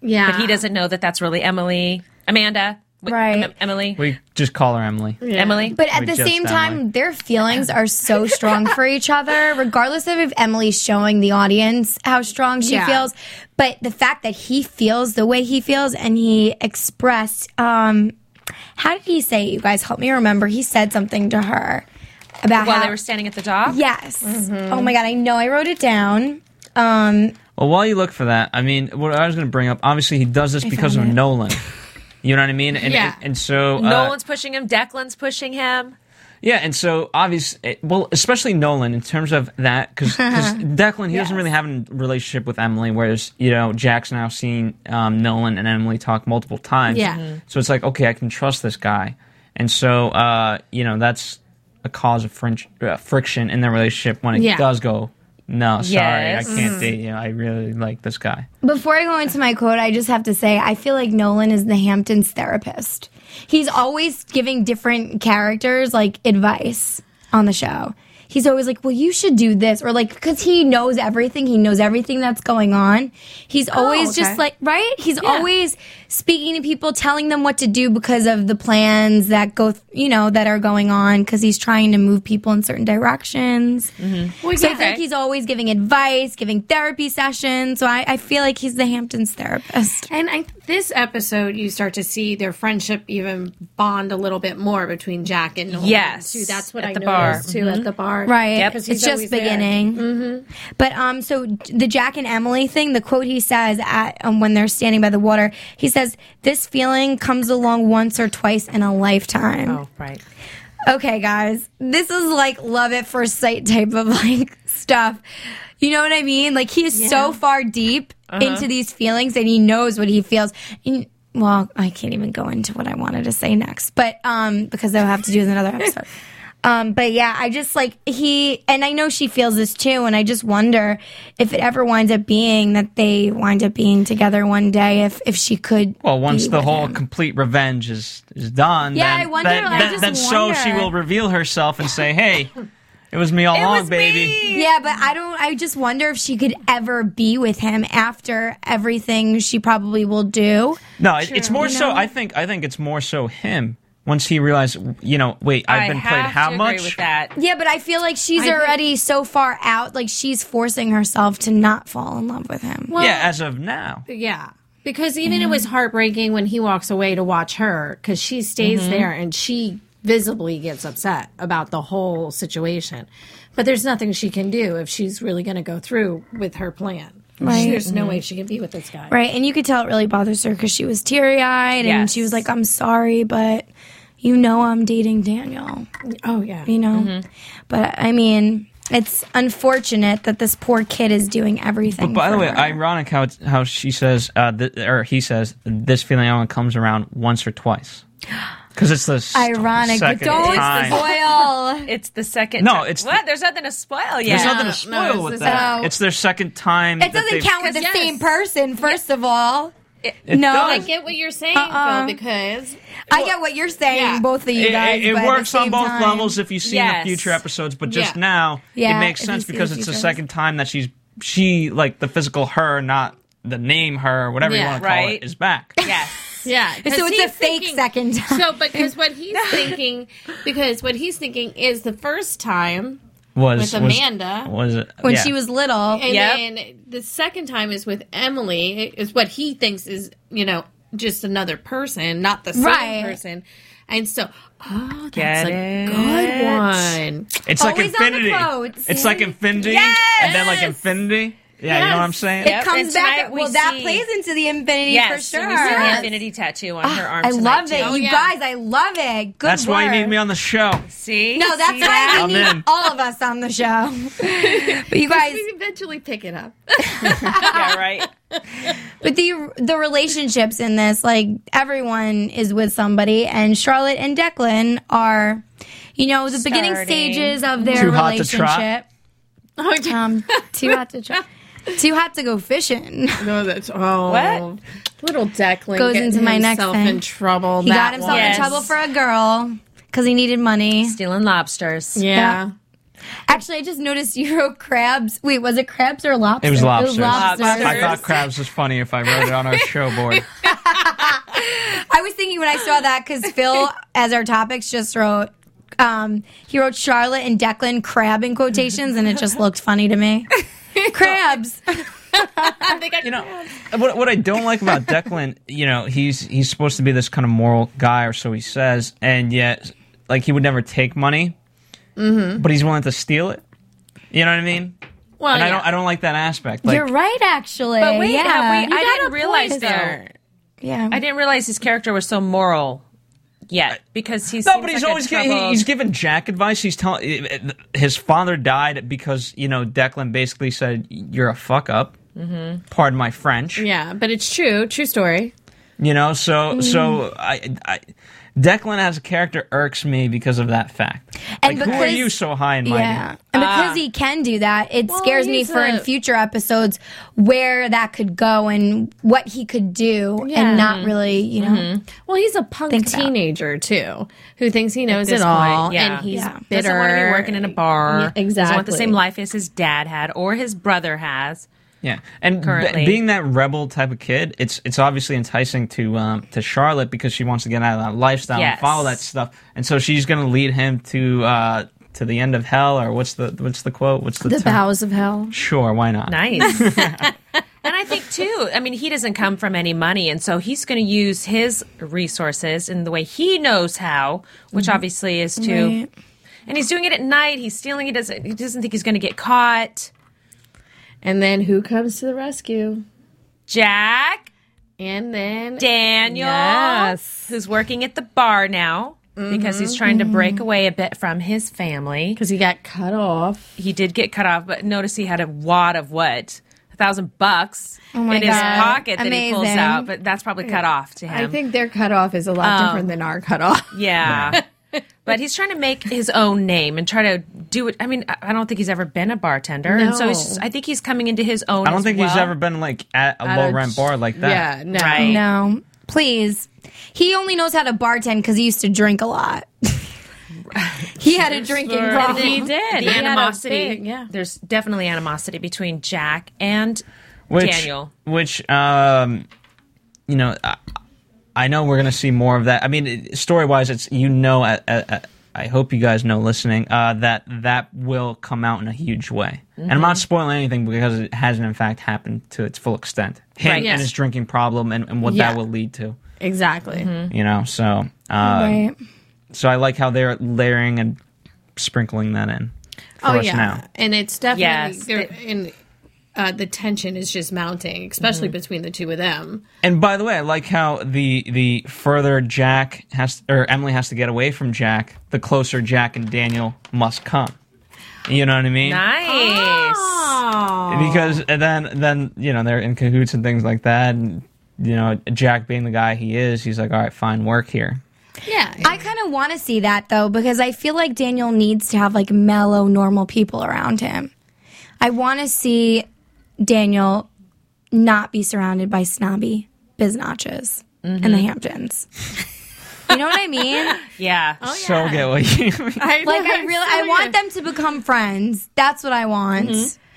Speaker 5: yeah.
Speaker 4: But he doesn't know that that's really Emily, Amanda, Wait,
Speaker 2: Right.
Speaker 4: Em- Emily,
Speaker 3: We just call her Emily.
Speaker 4: Emily.
Speaker 2: But at
Speaker 3: We
Speaker 2: the
Speaker 3: just
Speaker 2: same
Speaker 3: don't
Speaker 2: time,
Speaker 3: like-
Speaker 2: their feelings are so strong for each other, regardless of if Emily's showing the audience how strong she
Speaker 5: Yeah.
Speaker 2: feels. But the fact that he feels the way he feels and he expressed, um, how did he say? it? You guys help me remember. He said something to her about
Speaker 4: while
Speaker 2: how
Speaker 4: they were Mm-hmm. standing at the dock.
Speaker 2: yes. Oh my god, I know. I wrote it down. Um,
Speaker 3: Well, while you look for that, I mean, what I was going to bring up, obviously, he does this because of
Speaker 2: found it.
Speaker 3: Nolan. You know what I mean? And,
Speaker 5: Yeah.
Speaker 3: and, and so uh,
Speaker 4: Nolan's pushing him, Declan's pushing him.
Speaker 3: Yeah, and so obviously, well, especially Nolan in terms of that, because Declan he doesn't really have a relationship with Emily, whereas you know Jack's now seen um, Nolan and Emily talk multiple times.
Speaker 5: Yeah. Mhm.
Speaker 3: so it's like okay, I can trust this guy, and so uh, you know that's a cause of fringe, uh, friction in their relationship when it
Speaker 5: Yeah. Mm-hmm.
Speaker 3: does go. No,
Speaker 4: Yes.
Speaker 3: sorry, I can't date you. I really like this guy.
Speaker 2: Before I go into my quote, I just have to say I feel like Nolan is the Hamptons therapist. He's always giving different characters like advice on the show. He's always like, "Well, you should do this," or like, because he knows everything. He knows everything that's going on. He's always
Speaker 5: okay.
Speaker 2: just like, right? He's always speaking to people, telling them what to do because of the plans that go, th- you know, that are going on. Because he's trying to move people in certain directions. So I think he's always giving advice, giving therapy sessions. So I, I feel like he's the Hamptons therapist.
Speaker 5: And I, this episode, you start to see their friendship even bond a little bit more between Jack and Nolan.
Speaker 4: Yes.
Speaker 5: too. that's what
Speaker 4: At
Speaker 5: I
Speaker 4: the bar. Mm-hmm.
Speaker 5: noticed too at the bar.
Speaker 2: Right. It's
Speaker 4: Yep.
Speaker 5: 'Cause he's
Speaker 2: just
Speaker 5: always there. Mm-hmm.
Speaker 2: beginning. But um, so the Jack and Emily thing, the quote he says at um, when they're standing by the water, he says, "This feeling comes along once or twice in a lifetime."
Speaker 4: Oh, right.
Speaker 2: Okay, guys, this is like love at first sight type of like stuff. You know what I mean? Like he is so far deep into these feelings and he knows what he feels. And, well, I can't even go into what I wanted to say next, but um, because I'll have to do another episode. Um, but yeah, I just like he, and I know she feels this too, and I just wonder if it ever winds up being that they wind up being together one day. If if she could,
Speaker 3: Well, once
Speaker 2: be
Speaker 3: the
Speaker 2: with
Speaker 3: whole
Speaker 2: him.
Speaker 3: complete revenge is is done,
Speaker 2: Yeah,
Speaker 3: then,
Speaker 2: I wonder,
Speaker 3: then,
Speaker 2: I
Speaker 3: then-
Speaker 2: just
Speaker 3: then so she
Speaker 2: wonder.
Speaker 3: will reveal herself and say, "Hey, it was me all along, baby."
Speaker 2: Yeah, but I don't. I just wonder if she could ever be with him after everything she probably will do.
Speaker 3: No, it, it's more
Speaker 2: You
Speaker 3: so.
Speaker 2: know?
Speaker 3: I think I think it's more so him once he realized, you know, wait, I've
Speaker 4: I
Speaker 3: been
Speaker 4: have
Speaker 3: played how
Speaker 4: to
Speaker 3: much?
Speaker 4: Agree with that.
Speaker 2: Yeah, but I feel like she's
Speaker 5: think-
Speaker 2: already so far out. Like she's forcing herself to not fall in love with him.
Speaker 5: Well,
Speaker 3: Yeah, as of now.
Speaker 5: Yeah. Because even it was heartbreaking when he walks away to watch her because she stays there and she visibly gets upset about the whole situation. But there's nothing she can do if she's really going to go through with her plan.
Speaker 2: Right. Mm-hmm.
Speaker 5: There's no way she can be with this guy.
Speaker 2: Right, and you could tell it really bothers her because she was teary eyed and
Speaker 4: Yes.
Speaker 2: she was like, "I'm sorry, but you know I'm dating Daniel."
Speaker 5: Oh, yeah.
Speaker 2: You know, but I mean, it's unfortunate that this poor kid is doing everything.
Speaker 3: But by the
Speaker 2: for
Speaker 3: way,
Speaker 2: her.
Speaker 3: ironic how it's, how she says, uh, th- or he says, this feeling only comes around once or twice. Because it's the s-
Speaker 2: ironic, but
Speaker 3: second
Speaker 2: don't
Speaker 3: time.
Speaker 2: spoil.
Speaker 4: It's the second.
Speaker 3: No,
Speaker 4: time.
Speaker 3: it's
Speaker 4: what?
Speaker 3: the-
Speaker 4: There's nothing to spoil yet.
Speaker 3: There's nothing
Speaker 5: No,
Speaker 3: to spoil
Speaker 5: no, it's
Speaker 3: with
Speaker 5: the
Speaker 3: that.
Speaker 2: second-
Speaker 3: It's their second time.
Speaker 2: It
Speaker 3: that
Speaker 2: doesn't
Speaker 3: they've-
Speaker 2: count with the
Speaker 5: Yes.
Speaker 2: same person, first of all. no,
Speaker 3: does.
Speaker 2: I
Speaker 5: I
Speaker 2: get,
Speaker 5: get what you're saying,
Speaker 2: Uh-uh.
Speaker 5: Phil, because
Speaker 2: I get what you're saying,
Speaker 5: Yeah.
Speaker 2: both of you
Speaker 3: It,
Speaker 2: guys.
Speaker 3: it- it
Speaker 2: but at the
Speaker 3: works on
Speaker 2: same
Speaker 3: both
Speaker 2: time-
Speaker 3: levels if you see in
Speaker 4: Yes.
Speaker 3: the future episodes, but just
Speaker 5: Yeah.
Speaker 3: now
Speaker 2: Yeah,
Speaker 3: it makes
Speaker 2: if
Speaker 3: sense
Speaker 2: you see
Speaker 3: because
Speaker 2: what
Speaker 3: it's
Speaker 2: she
Speaker 3: the
Speaker 2: does.
Speaker 3: second time that she's she like the physical her, not the name her, whatever you
Speaker 5: Yeah,
Speaker 3: want to call
Speaker 4: right.
Speaker 3: it, is back.
Speaker 4: Yes.
Speaker 5: Yeah.
Speaker 2: So
Speaker 5: 'cause
Speaker 2: it's a
Speaker 5: he's
Speaker 2: fake
Speaker 5: thinking-
Speaker 2: second time.
Speaker 5: So because what he's thinking because what he's thinking is the first time
Speaker 3: Was
Speaker 5: With
Speaker 3: was-
Speaker 5: Amanda.
Speaker 3: was it
Speaker 2: When
Speaker 3: yeah.
Speaker 2: she was little.
Speaker 5: and
Speaker 4: Yep.
Speaker 5: then the second time is with Emily is what he thinks is, you know, just another person, not the same
Speaker 2: Right.
Speaker 5: person. And so oh that's
Speaker 4: Get
Speaker 5: a
Speaker 4: it?
Speaker 5: good one.
Speaker 3: It's like
Speaker 2: Always on the
Speaker 3: infinity.
Speaker 2: quotes.
Speaker 3: It's like infinity, and then like
Speaker 5: Yes!
Speaker 3: infinity. Yeah, you know what I'm saying.
Speaker 2: it
Speaker 4: Yep,
Speaker 2: comes
Speaker 4: and
Speaker 2: back.
Speaker 4: tonight we
Speaker 2: well, that
Speaker 4: see-
Speaker 2: plays into the infinity
Speaker 4: Yes.
Speaker 2: for sure.
Speaker 4: We see the infinity tattoo on her arm.
Speaker 2: I
Speaker 4: tonight, Oh,
Speaker 2: love it. Oh,
Speaker 4: too.
Speaker 2: you
Speaker 5: yeah.
Speaker 2: guys, I love it. Good
Speaker 3: That's why you need
Speaker 2: work.
Speaker 3: me on the show.
Speaker 4: See.
Speaker 2: No, that's
Speaker 4: See that?
Speaker 2: why
Speaker 3: I'm
Speaker 2: we need
Speaker 3: in.
Speaker 2: all of us on the show. but you guys,
Speaker 5: We eventually pick it up.
Speaker 4: yeah, right.
Speaker 2: But the the relationships in this, like everyone is with somebody, and Charlotte and Declan are, you know, the beginning
Speaker 4: Starting.
Speaker 2: stages of their
Speaker 3: Too hot to
Speaker 2: relationship.
Speaker 3: trot.
Speaker 5: oh, yeah.
Speaker 2: Um, too hot to try. Too hot to go fishing.
Speaker 5: no, that's oh
Speaker 4: What?
Speaker 5: little Declan
Speaker 2: Goes
Speaker 5: getting
Speaker 2: into my next
Speaker 5: himself
Speaker 2: thing.
Speaker 5: in trouble.
Speaker 2: He
Speaker 5: that
Speaker 2: got himself
Speaker 5: one.
Speaker 2: in
Speaker 4: Yes.
Speaker 2: trouble for a girl because he needed money.
Speaker 4: Stealing lobsters.
Speaker 5: Yeah.
Speaker 2: Actually, I just noticed you wrote crabs. Wait, was it crabs or lobster?
Speaker 3: It was lobsters.
Speaker 2: lobsters.
Speaker 3: I thought crabs was funny if I wrote it on our show board.
Speaker 2: I was thinking when I saw that because Phil, as our topics, just wrote. Um, he wrote Charlotte and Declan crab in quotations, and it just looked funny to me. Crabs.
Speaker 3: you know what, what I don't like about Declan, you know, he's he's supposed to be this kind of moral guy, or so he says, and yet, like, he would never take money,
Speaker 2: Mm-hmm.
Speaker 3: but he's willing to steal it. You know what I mean?
Speaker 5: Well,
Speaker 3: and I
Speaker 5: yeah.
Speaker 3: don't I don't like that aspect. Like,
Speaker 2: Oh, You're right, actually.
Speaker 4: But wait,
Speaker 2: yeah,
Speaker 4: have we,
Speaker 2: You
Speaker 4: I
Speaker 2: got a
Speaker 4: didn't realize
Speaker 2: point, though.
Speaker 4: there.
Speaker 2: Yeah,
Speaker 4: I didn't realize his character was so moral yet because he's
Speaker 3: No, but he's always
Speaker 4: getting.
Speaker 3: giving, he's giving Jack advice. He's telling his father died because you know Declan basically said you're a fuck up.
Speaker 2: Mm-hmm.
Speaker 3: Pardon my French.
Speaker 5: Yeah, but it's true, true story.
Speaker 2: Mm-hmm.
Speaker 3: You know, so so I, I Declan as a character irks me because of that fact.
Speaker 2: And
Speaker 3: like, who are
Speaker 2: because-
Speaker 3: you so high and mighty?
Speaker 2: Yeah. And because he can do that, it scares me
Speaker 5: he's
Speaker 2: for in
Speaker 5: a-
Speaker 2: future episodes where that could go and what he could do
Speaker 5: Yeah.
Speaker 2: and not really, you know.
Speaker 5: Well, he's a punk
Speaker 2: Think about.
Speaker 5: teenager too, who thinks he knows it
Speaker 4: this
Speaker 5: all,
Speaker 4: point, yeah.
Speaker 5: and he's
Speaker 2: Yeah.
Speaker 5: bitter.
Speaker 4: Doesn't want to be working in a bar.
Speaker 5: Yeah,
Speaker 4: Doesn't want the same
Speaker 5: exactly.
Speaker 4: life as his dad had or his brother has.
Speaker 3: Yeah, and b-
Speaker 4: Currently.
Speaker 3: being that rebel type of kid, it's it's obviously enticing to um, to Charlotte because she wants to get out of that lifestyle and
Speaker 4: Yes.
Speaker 3: follow that stuff, and so she's going to lead him to uh, to the end of hell or what's the what's the quote? What's the,
Speaker 5: the
Speaker 3: term?
Speaker 5: vows of hell.
Speaker 3: Sure, why not?
Speaker 4: Nice. and I think too, I mean, he doesn't come from any money, and so he's going to use his resources in the way he knows how, which obviously is to. And he's doing it at night. He's stealing. He doesn't. He doesn't think he's going to get caught.
Speaker 5: And then who comes to the rescue?
Speaker 4: Jack
Speaker 5: And then
Speaker 4: Daniel,
Speaker 5: Yes.
Speaker 4: who's working at the bar now because he's trying to break away a bit from his family.
Speaker 5: because he got cut off.
Speaker 4: he did get cut off, but notice he had a wad of what? A thousand bucks
Speaker 2: my
Speaker 4: in his
Speaker 2: God.
Speaker 4: pocket that he pulls
Speaker 2: Amazing.
Speaker 4: out, but that's probably cut off to
Speaker 5: I
Speaker 4: him.
Speaker 5: think their cut off is a lot different than our cut off.
Speaker 4: yeah. but he's trying to make his own name and try to do it. I mean, I I don't think he's ever been a bartender. And so he's just,
Speaker 5: No.
Speaker 4: I think he's coming into his own.
Speaker 3: I don't
Speaker 4: as
Speaker 3: think he's
Speaker 4: well.
Speaker 3: ever been like at a low rent bar like that.
Speaker 5: Yeah, no.
Speaker 4: Right.
Speaker 2: No. Please. He only knows how to bartend cuz he used to drink a lot. he had a drinking
Speaker 4: And
Speaker 2: problem.
Speaker 4: the-
Speaker 5: did. He
Speaker 4: The
Speaker 5: had a
Speaker 4: animosity.
Speaker 5: big- yeah.
Speaker 4: There's definitely animosity between Jack and
Speaker 3: Which,
Speaker 4: Daniel.
Speaker 3: which um, you know, I, I know we're going to see more of that. I mean, story wise, it's you know, I, I, I hope you guys know listening uh, that that will come out in a huge way. And I'm not
Speaker 4: Mm-hmm.
Speaker 3: spoiling anything because it hasn't in fact happened to its full extent. Him
Speaker 4: Right, yes.
Speaker 3: and his drinking problem and, and what
Speaker 5: Yeah.
Speaker 3: that will lead to.
Speaker 5: Exactly.
Speaker 4: Mm-hmm.
Speaker 3: You know, so uh,
Speaker 2: Right.
Speaker 3: so I like how they're layering and sprinkling that in for
Speaker 4: Oh,
Speaker 3: us now.
Speaker 5: Oh, and it's definitely
Speaker 4: Yes,
Speaker 5: there
Speaker 4: they-
Speaker 5: and uh, the tension is just mounting, especially between the two of them.
Speaker 3: And by the way, I like how the the further Jack has or Emily has to get away from Jack, the closer Jack and Daniel must come. You know what I mean?
Speaker 4: Nice.
Speaker 3: Because then then you know they're in cahoots and things like that, and you know Jack being the guy he is, he's like, all right, fine, work here.
Speaker 5: Yeah,
Speaker 2: I kind of want to see that though because I feel like Daniel needs to have like mellow, normal people around him. I want to see Daniel not be surrounded by snobby biznatches in the
Speaker 5: Mm-hmm.
Speaker 2: Hamptons. you know what I mean?
Speaker 4: Yeah.
Speaker 3: So get what you
Speaker 2: Like I really, I want them to become friends. That's what I want.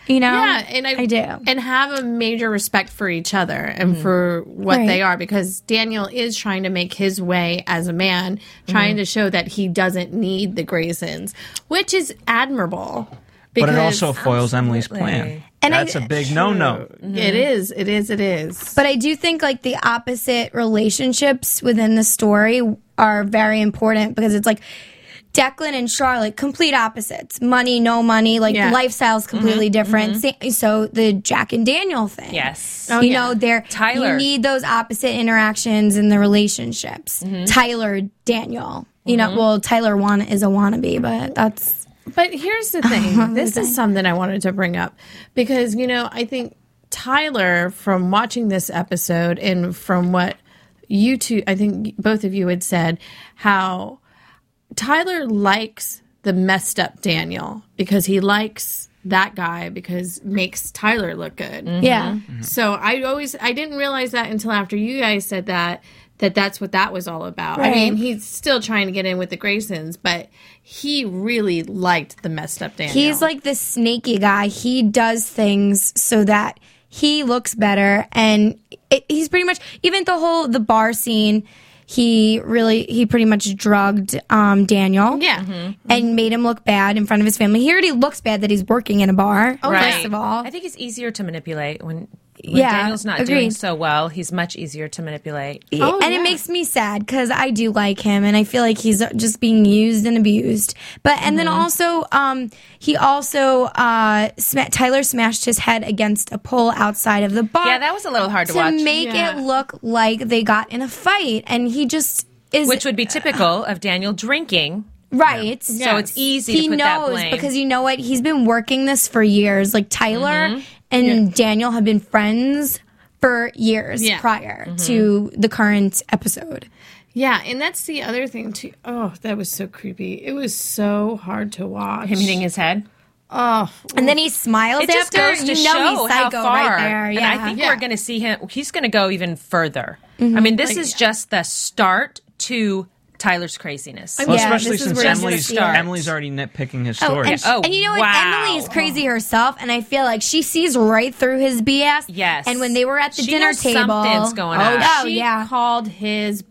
Speaker 2: You know?
Speaker 5: Mm-hmm. Yeah, and I,
Speaker 2: Um, do.
Speaker 5: and have a major respect for each other and
Speaker 3: Mm-hmm.
Speaker 5: for what
Speaker 2: Right.
Speaker 5: they are because Daniel is trying to make his way as a man,
Speaker 3: Mm-hmm.
Speaker 5: trying to show that he doesn't need the Graysons, which is admirable.
Speaker 3: But it
Speaker 5: because-
Speaker 3: also Mm-hmm. foils Emily's plan.
Speaker 2: And I-
Speaker 3: That's a big no no.
Speaker 5: It is, it is, it is.
Speaker 2: But I do think like the opposite relationships within the story are very important because it's like Declan and Charlotte, complete opposites. Money, no money, like
Speaker 5: Yeah.
Speaker 2: the lifestyle's completely different. Sa- So the Jack and Daniel thing.
Speaker 4: Yes.
Speaker 2: you know, they're
Speaker 4: Tyler.
Speaker 2: You need those opposite interactions in the relationships. Tyler, Daniel. You know, well, Tyler wanna is a wannabe, but that's
Speaker 5: But here's the thing. this is something I wanted to bring up because, you know, I think Tyler, from watching this episode and from what you two, I think both of you had said, how Tyler likes the messed up Daniel because he likes that guy because makes Tyler look good.
Speaker 2: yeah.
Speaker 5: So I always I didn't realize that until after you guys said that that that's what that was all about. I
Speaker 2: Right.
Speaker 5: mean, he's still trying to get in with the Graysons, but he really liked the messed up Daniel.
Speaker 2: He's like the snaky guy. He does things so that he looks better, and it, he's pretty much even the whole the bar scene. He really he pretty much drugged um, Daniel,
Speaker 5: yeah.
Speaker 2: and made him look bad in front of his family. He already looks bad that he's working in a bar. Oh,
Speaker 4: Right.
Speaker 2: first of all,
Speaker 4: I think it's easier to manipulate when, when
Speaker 2: Yeah,
Speaker 4: Daniel's not doing
Speaker 2: agreed.
Speaker 4: so well. He's much easier to manipulate.
Speaker 5: Oh,
Speaker 2: and
Speaker 5: yeah.
Speaker 2: it makes me sad because I do like him, and I feel like he's just being used and abused. But and then
Speaker 4: Mm-hmm.
Speaker 2: also, um, he also uh, sma- Tyler smashed his head against a pole outside of the bar.
Speaker 4: Yeah, that was a little hard to,
Speaker 2: to
Speaker 4: watch.
Speaker 2: make
Speaker 5: Yeah.
Speaker 2: it look like they got in a fight, and he just is
Speaker 4: which would be typical of Daniel drinking.
Speaker 2: right.
Speaker 4: So it's easy
Speaker 2: He
Speaker 4: to put that
Speaker 2: knows
Speaker 4: blame.
Speaker 2: because you know what? He's been working this for years. Like Tyler
Speaker 4: Mm-hmm.
Speaker 2: and Daniel have been friends for years
Speaker 5: Yeah.
Speaker 4: Mm-hmm.
Speaker 2: prior to the current episode.
Speaker 5: Yeah, and that's the other thing too. Oh, that was so creepy. It was so hard to watch.
Speaker 4: Him hitting his head.
Speaker 5: Oh,
Speaker 2: And then he smiles
Speaker 4: It just
Speaker 2: after.
Speaker 4: goes to
Speaker 2: you
Speaker 4: show
Speaker 2: know he's
Speaker 4: how
Speaker 2: psycho
Speaker 4: far.
Speaker 2: right there.
Speaker 4: And
Speaker 2: Yeah. Mm-hmm.
Speaker 4: I think
Speaker 5: Yeah.
Speaker 4: we're going to see him. He's going to go even further. I mean, this is just the start to Tyler's craziness.
Speaker 2: I
Speaker 3: Well,
Speaker 2: Yeah,
Speaker 3: especially
Speaker 2: this is
Speaker 3: since
Speaker 2: where it's gonna
Speaker 3: Emily's
Speaker 2: start.
Speaker 3: Emily's already nitpicking his
Speaker 2: Oh,
Speaker 3: stories.
Speaker 2: and,
Speaker 4: Oh,
Speaker 2: and you know what?
Speaker 4: wow.
Speaker 2: Emily is crazy herself, and I feel like she sees right through his BS.
Speaker 4: Yes.
Speaker 2: And when they were at the
Speaker 4: She
Speaker 2: dinner
Speaker 4: knows
Speaker 2: table,
Speaker 4: something's going
Speaker 2: oh,
Speaker 4: on.
Speaker 2: Oh
Speaker 5: she
Speaker 2: yeah.
Speaker 5: called his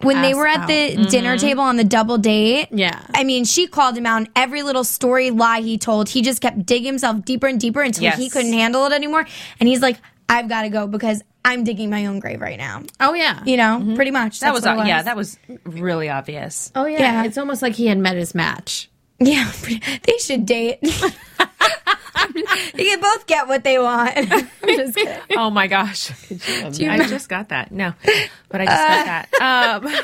Speaker 2: When they
Speaker 5: ass
Speaker 2: were at the
Speaker 4: Mm-hmm.
Speaker 2: dinner table on the double date,
Speaker 5: Yeah.
Speaker 2: I mean, she called him out on every little story lie he told. He just kept digging himself deeper and deeper until
Speaker 4: Yes.
Speaker 2: he couldn't handle it anymore, and he's like, "I've got to go because I'm digging my own grave right now."
Speaker 5: Oh yeah,
Speaker 2: You know, pretty much.
Speaker 4: Mm-hmm. that
Speaker 2: That's
Speaker 4: was,
Speaker 2: what it
Speaker 4: yeah, that was really obvious.
Speaker 5: Oh yeah.
Speaker 2: Yeah.
Speaker 5: it's almost like he had met his match.
Speaker 2: Yeah, pretty- they should date. you can both get what they want. I'm just kidding.
Speaker 4: oh my gosh. I just got that. No, but I just
Speaker 2: Uh,
Speaker 4: got that. Um,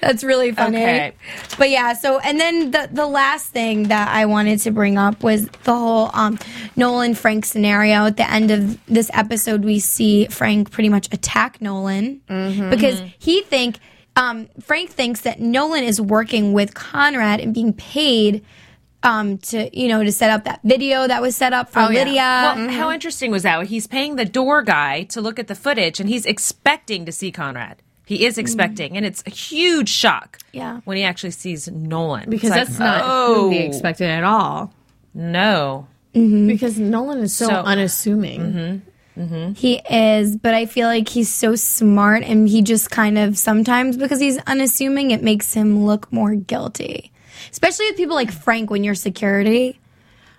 Speaker 2: That's really funny.
Speaker 4: Okay.
Speaker 2: But yeah, so and then the the last thing that I wanted to bring up was the whole um Nolan Frank scenario. At the end of this episode, we see Frank pretty much attack Nolan
Speaker 4: Mm-hmm.
Speaker 2: because he think um Frank thinks that Nolan is working with Conrad and being paid um to you know to set up that video that was set up for Lydia.
Speaker 4: Oh, well, how interesting was that? He's paying the door guy to look at the footage, and he's expecting to see Conrad. He is expecting, and it's a huge shock.
Speaker 2: Mm-hmm. Yeah.
Speaker 4: when he actually sees Nolan,
Speaker 5: Because
Speaker 4: It's like,
Speaker 5: that's not
Speaker 4: oh,
Speaker 5: who we expected at all.
Speaker 4: No,
Speaker 5: Because Nolan is so, mm-hmm.
Speaker 4: So-
Speaker 5: unassuming.
Speaker 2: He is, but I feel like he's so smart and he just kind of sometimes because he's unassuming, it makes him look more guilty. Especially with people like Frank when you're security.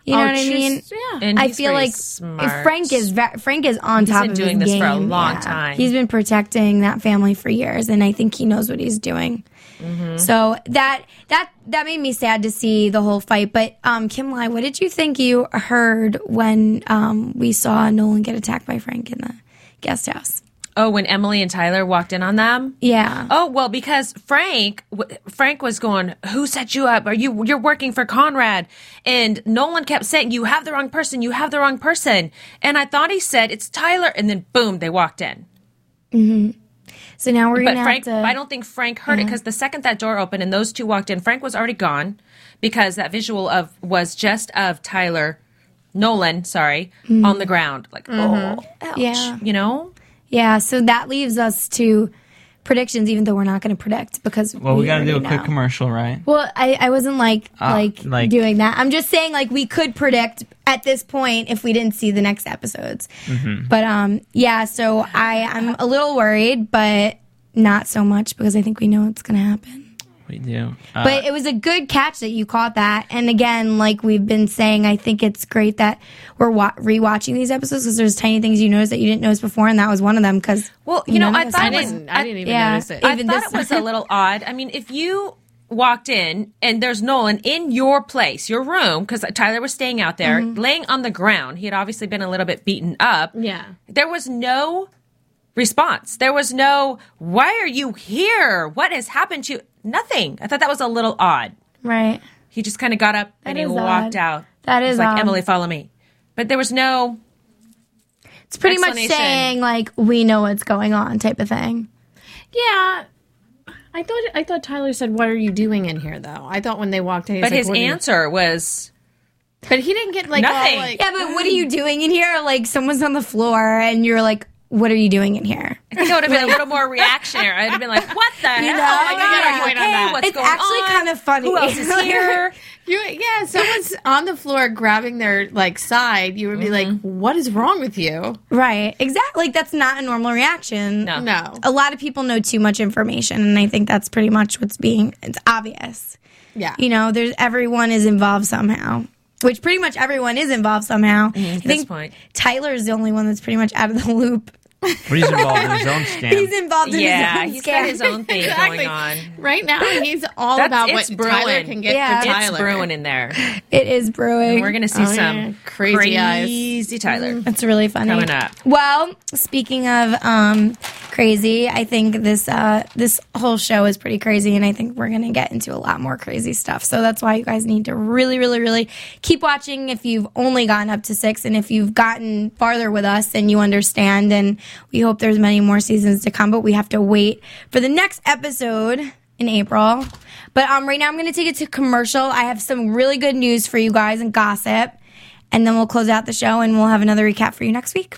Speaker 2: You know
Speaker 5: Oh,
Speaker 2: what I
Speaker 5: she's-
Speaker 2: mean?
Speaker 5: yeah.
Speaker 4: and
Speaker 2: I
Speaker 4: he's
Speaker 2: feel
Speaker 4: very
Speaker 2: like
Speaker 4: smart.
Speaker 2: if Frank is ve- Frank is on top
Speaker 4: been
Speaker 2: of
Speaker 4: doing
Speaker 2: his
Speaker 4: this for a
Speaker 2: game.
Speaker 4: long time.
Speaker 2: He's been protecting that family for years, and I think he knows what he's doing.
Speaker 4: Mm-hmm.
Speaker 2: So that that that made me sad to see the whole fight. But um, Kim Lai, what did you think you heard when um, we saw Nolan get attacked by Frank in the guest house?
Speaker 4: oh, when Emily and Tyler walked in on them.
Speaker 2: Yeah.
Speaker 4: Oh well, because Frank w- Frank was going, "Who set you up? Are you you're working for Conrad?" And Nolan kept saying, "You have the wrong person. You have the wrong person." And I thought he said, "It's Tyler," and then boom, they walked in.
Speaker 2: so now we're
Speaker 4: But
Speaker 2: gonna
Speaker 4: Frank,
Speaker 2: have to.
Speaker 4: I don't think Frank heard it because the second that door opened and those two walked in, Frank was already gone because that visual of was just of Tyler Nolan, sorry, on the ground, like oh, ouch,
Speaker 2: Mm. Mm-hmm. Yeah.
Speaker 4: you know.
Speaker 2: Yeah. So that leaves us to predictions, even though we're not going to predict because
Speaker 3: well, we, got to do a
Speaker 2: already
Speaker 3: quick
Speaker 2: know.
Speaker 3: commercial, right?
Speaker 2: Well, I, I wasn't like, like
Speaker 3: Ah, like-
Speaker 2: doing that. I'm just saying like we could predict at this point if we didn't see the next episodes.
Speaker 3: Mm-hmm.
Speaker 2: But um yeah, so I I'm a little worried, but not so much because I think we know what's going to happen.
Speaker 3: We do. Uh,
Speaker 2: But it was a good catch that you caught that. And again, like we've been saying, I think it's great that we're wa- rewatching these episodes because there's tiny things you notice that you didn't notice before, and that was one of them. Because
Speaker 4: Well, you know, I
Speaker 5: I
Speaker 4: thought it was
Speaker 5: didn't. I didn't even
Speaker 2: yeah.
Speaker 5: notice it.
Speaker 2: Even
Speaker 4: I thought
Speaker 2: this-
Speaker 4: it was a little odd. I mean, if you walked in and there's Nolan in your place, your room, because Tyler was staying out there, laying on the ground. He had obviously been a little bit beaten up.
Speaker 5: Yeah.
Speaker 4: There was no response. There was no, why are you here? What has happened to you? Nothing. I thought that was a little odd.
Speaker 2: right,
Speaker 4: He just kind of got up and he
Speaker 2: is odd.
Speaker 4: walked out.
Speaker 2: That
Speaker 4: He's
Speaker 2: is um,
Speaker 4: like,
Speaker 2: odd.
Speaker 4: Emily, follow me. But there was no,
Speaker 2: it's pretty much
Speaker 4: Explanation.
Speaker 2: saying like we know what's going on type of thing.
Speaker 5: Yeah. I thought I thought Tyler said, "What are you doing in here?" Though I thought when they walked in, he's
Speaker 4: but
Speaker 5: like,
Speaker 4: his
Speaker 5: "What are you-"
Speaker 4: answer was,
Speaker 5: But he didn't get like all,
Speaker 4: Nothing.
Speaker 5: like-
Speaker 2: Yeah, but what are
Speaker 4: Mm.
Speaker 2: you doing in here? Like someone's on the floor and you're like, what are you doing in here?
Speaker 4: I think I would have been a little more reactionary. I'd have been like, "What the hell?
Speaker 2: know?
Speaker 4: oh my god,
Speaker 2: Yeah.
Speaker 4: are you
Speaker 5: Wait on that.
Speaker 4: okay? What's
Speaker 2: It's
Speaker 4: going
Speaker 2: actually
Speaker 4: on?
Speaker 2: kind of funny.
Speaker 4: Who else is here?
Speaker 5: You, yeah, someone's on the floor grabbing their like side. You would be like,
Speaker 4: Mm-hmm.
Speaker 5: "What is wrong with you?"
Speaker 2: Right. Exactly. Like that's not a normal reaction.
Speaker 4: No.
Speaker 5: No,
Speaker 2: A lot of people know too much information and I think that's pretty much what's being it's obvious.
Speaker 5: yeah,
Speaker 2: You know, there's everyone is involved somehow. Which pretty much everyone is involved somehow. I
Speaker 4: At this
Speaker 2: think
Speaker 4: point,
Speaker 2: Tyler's the only one that's pretty much out of the loop.
Speaker 3: but he's involved in his own scam.
Speaker 2: He's involved in
Speaker 4: yeah,
Speaker 2: his own
Speaker 4: he's
Speaker 2: scam.
Speaker 4: got his own thing
Speaker 5: Exactly.
Speaker 4: going on.
Speaker 5: Right now, he's all
Speaker 4: That's-
Speaker 5: about
Speaker 4: it's
Speaker 5: what
Speaker 4: brewing.
Speaker 5: Tyler can get
Speaker 2: Yeah.
Speaker 5: for
Speaker 2: It's
Speaker 5: Tyler.
Speaker 4: It's brewing in there.
Speaker 2: It is brewing.
Speaker 4: We're gonna see
Speaker 5: Oh,
Speaker 4: some
Speaker 5: yeah.
Speaker 4: crazy,
Speaker 5: Crazy eyes.
Speaker 4: Tyler.
Speaker 2: That's really funny.
Speaker 4: Coming up.
Speaker 2: Well, speaking of um, crazy. I think this uh, this whole show is pretty crazy, and I think we're gonna get into a lot more crazy stuff. So that's why you guys need to really, really, really keep watching. If you've only gotten up to six, and if you've gotten farther with us, and you understand, and we hope there's many more seasons to come. But we have to wait for the next episode in April. But um, right now, I'm going to take it to commercial. I have some really good news for you guys and gossip. And then we'll close out the show and we'll have another recap for you next week.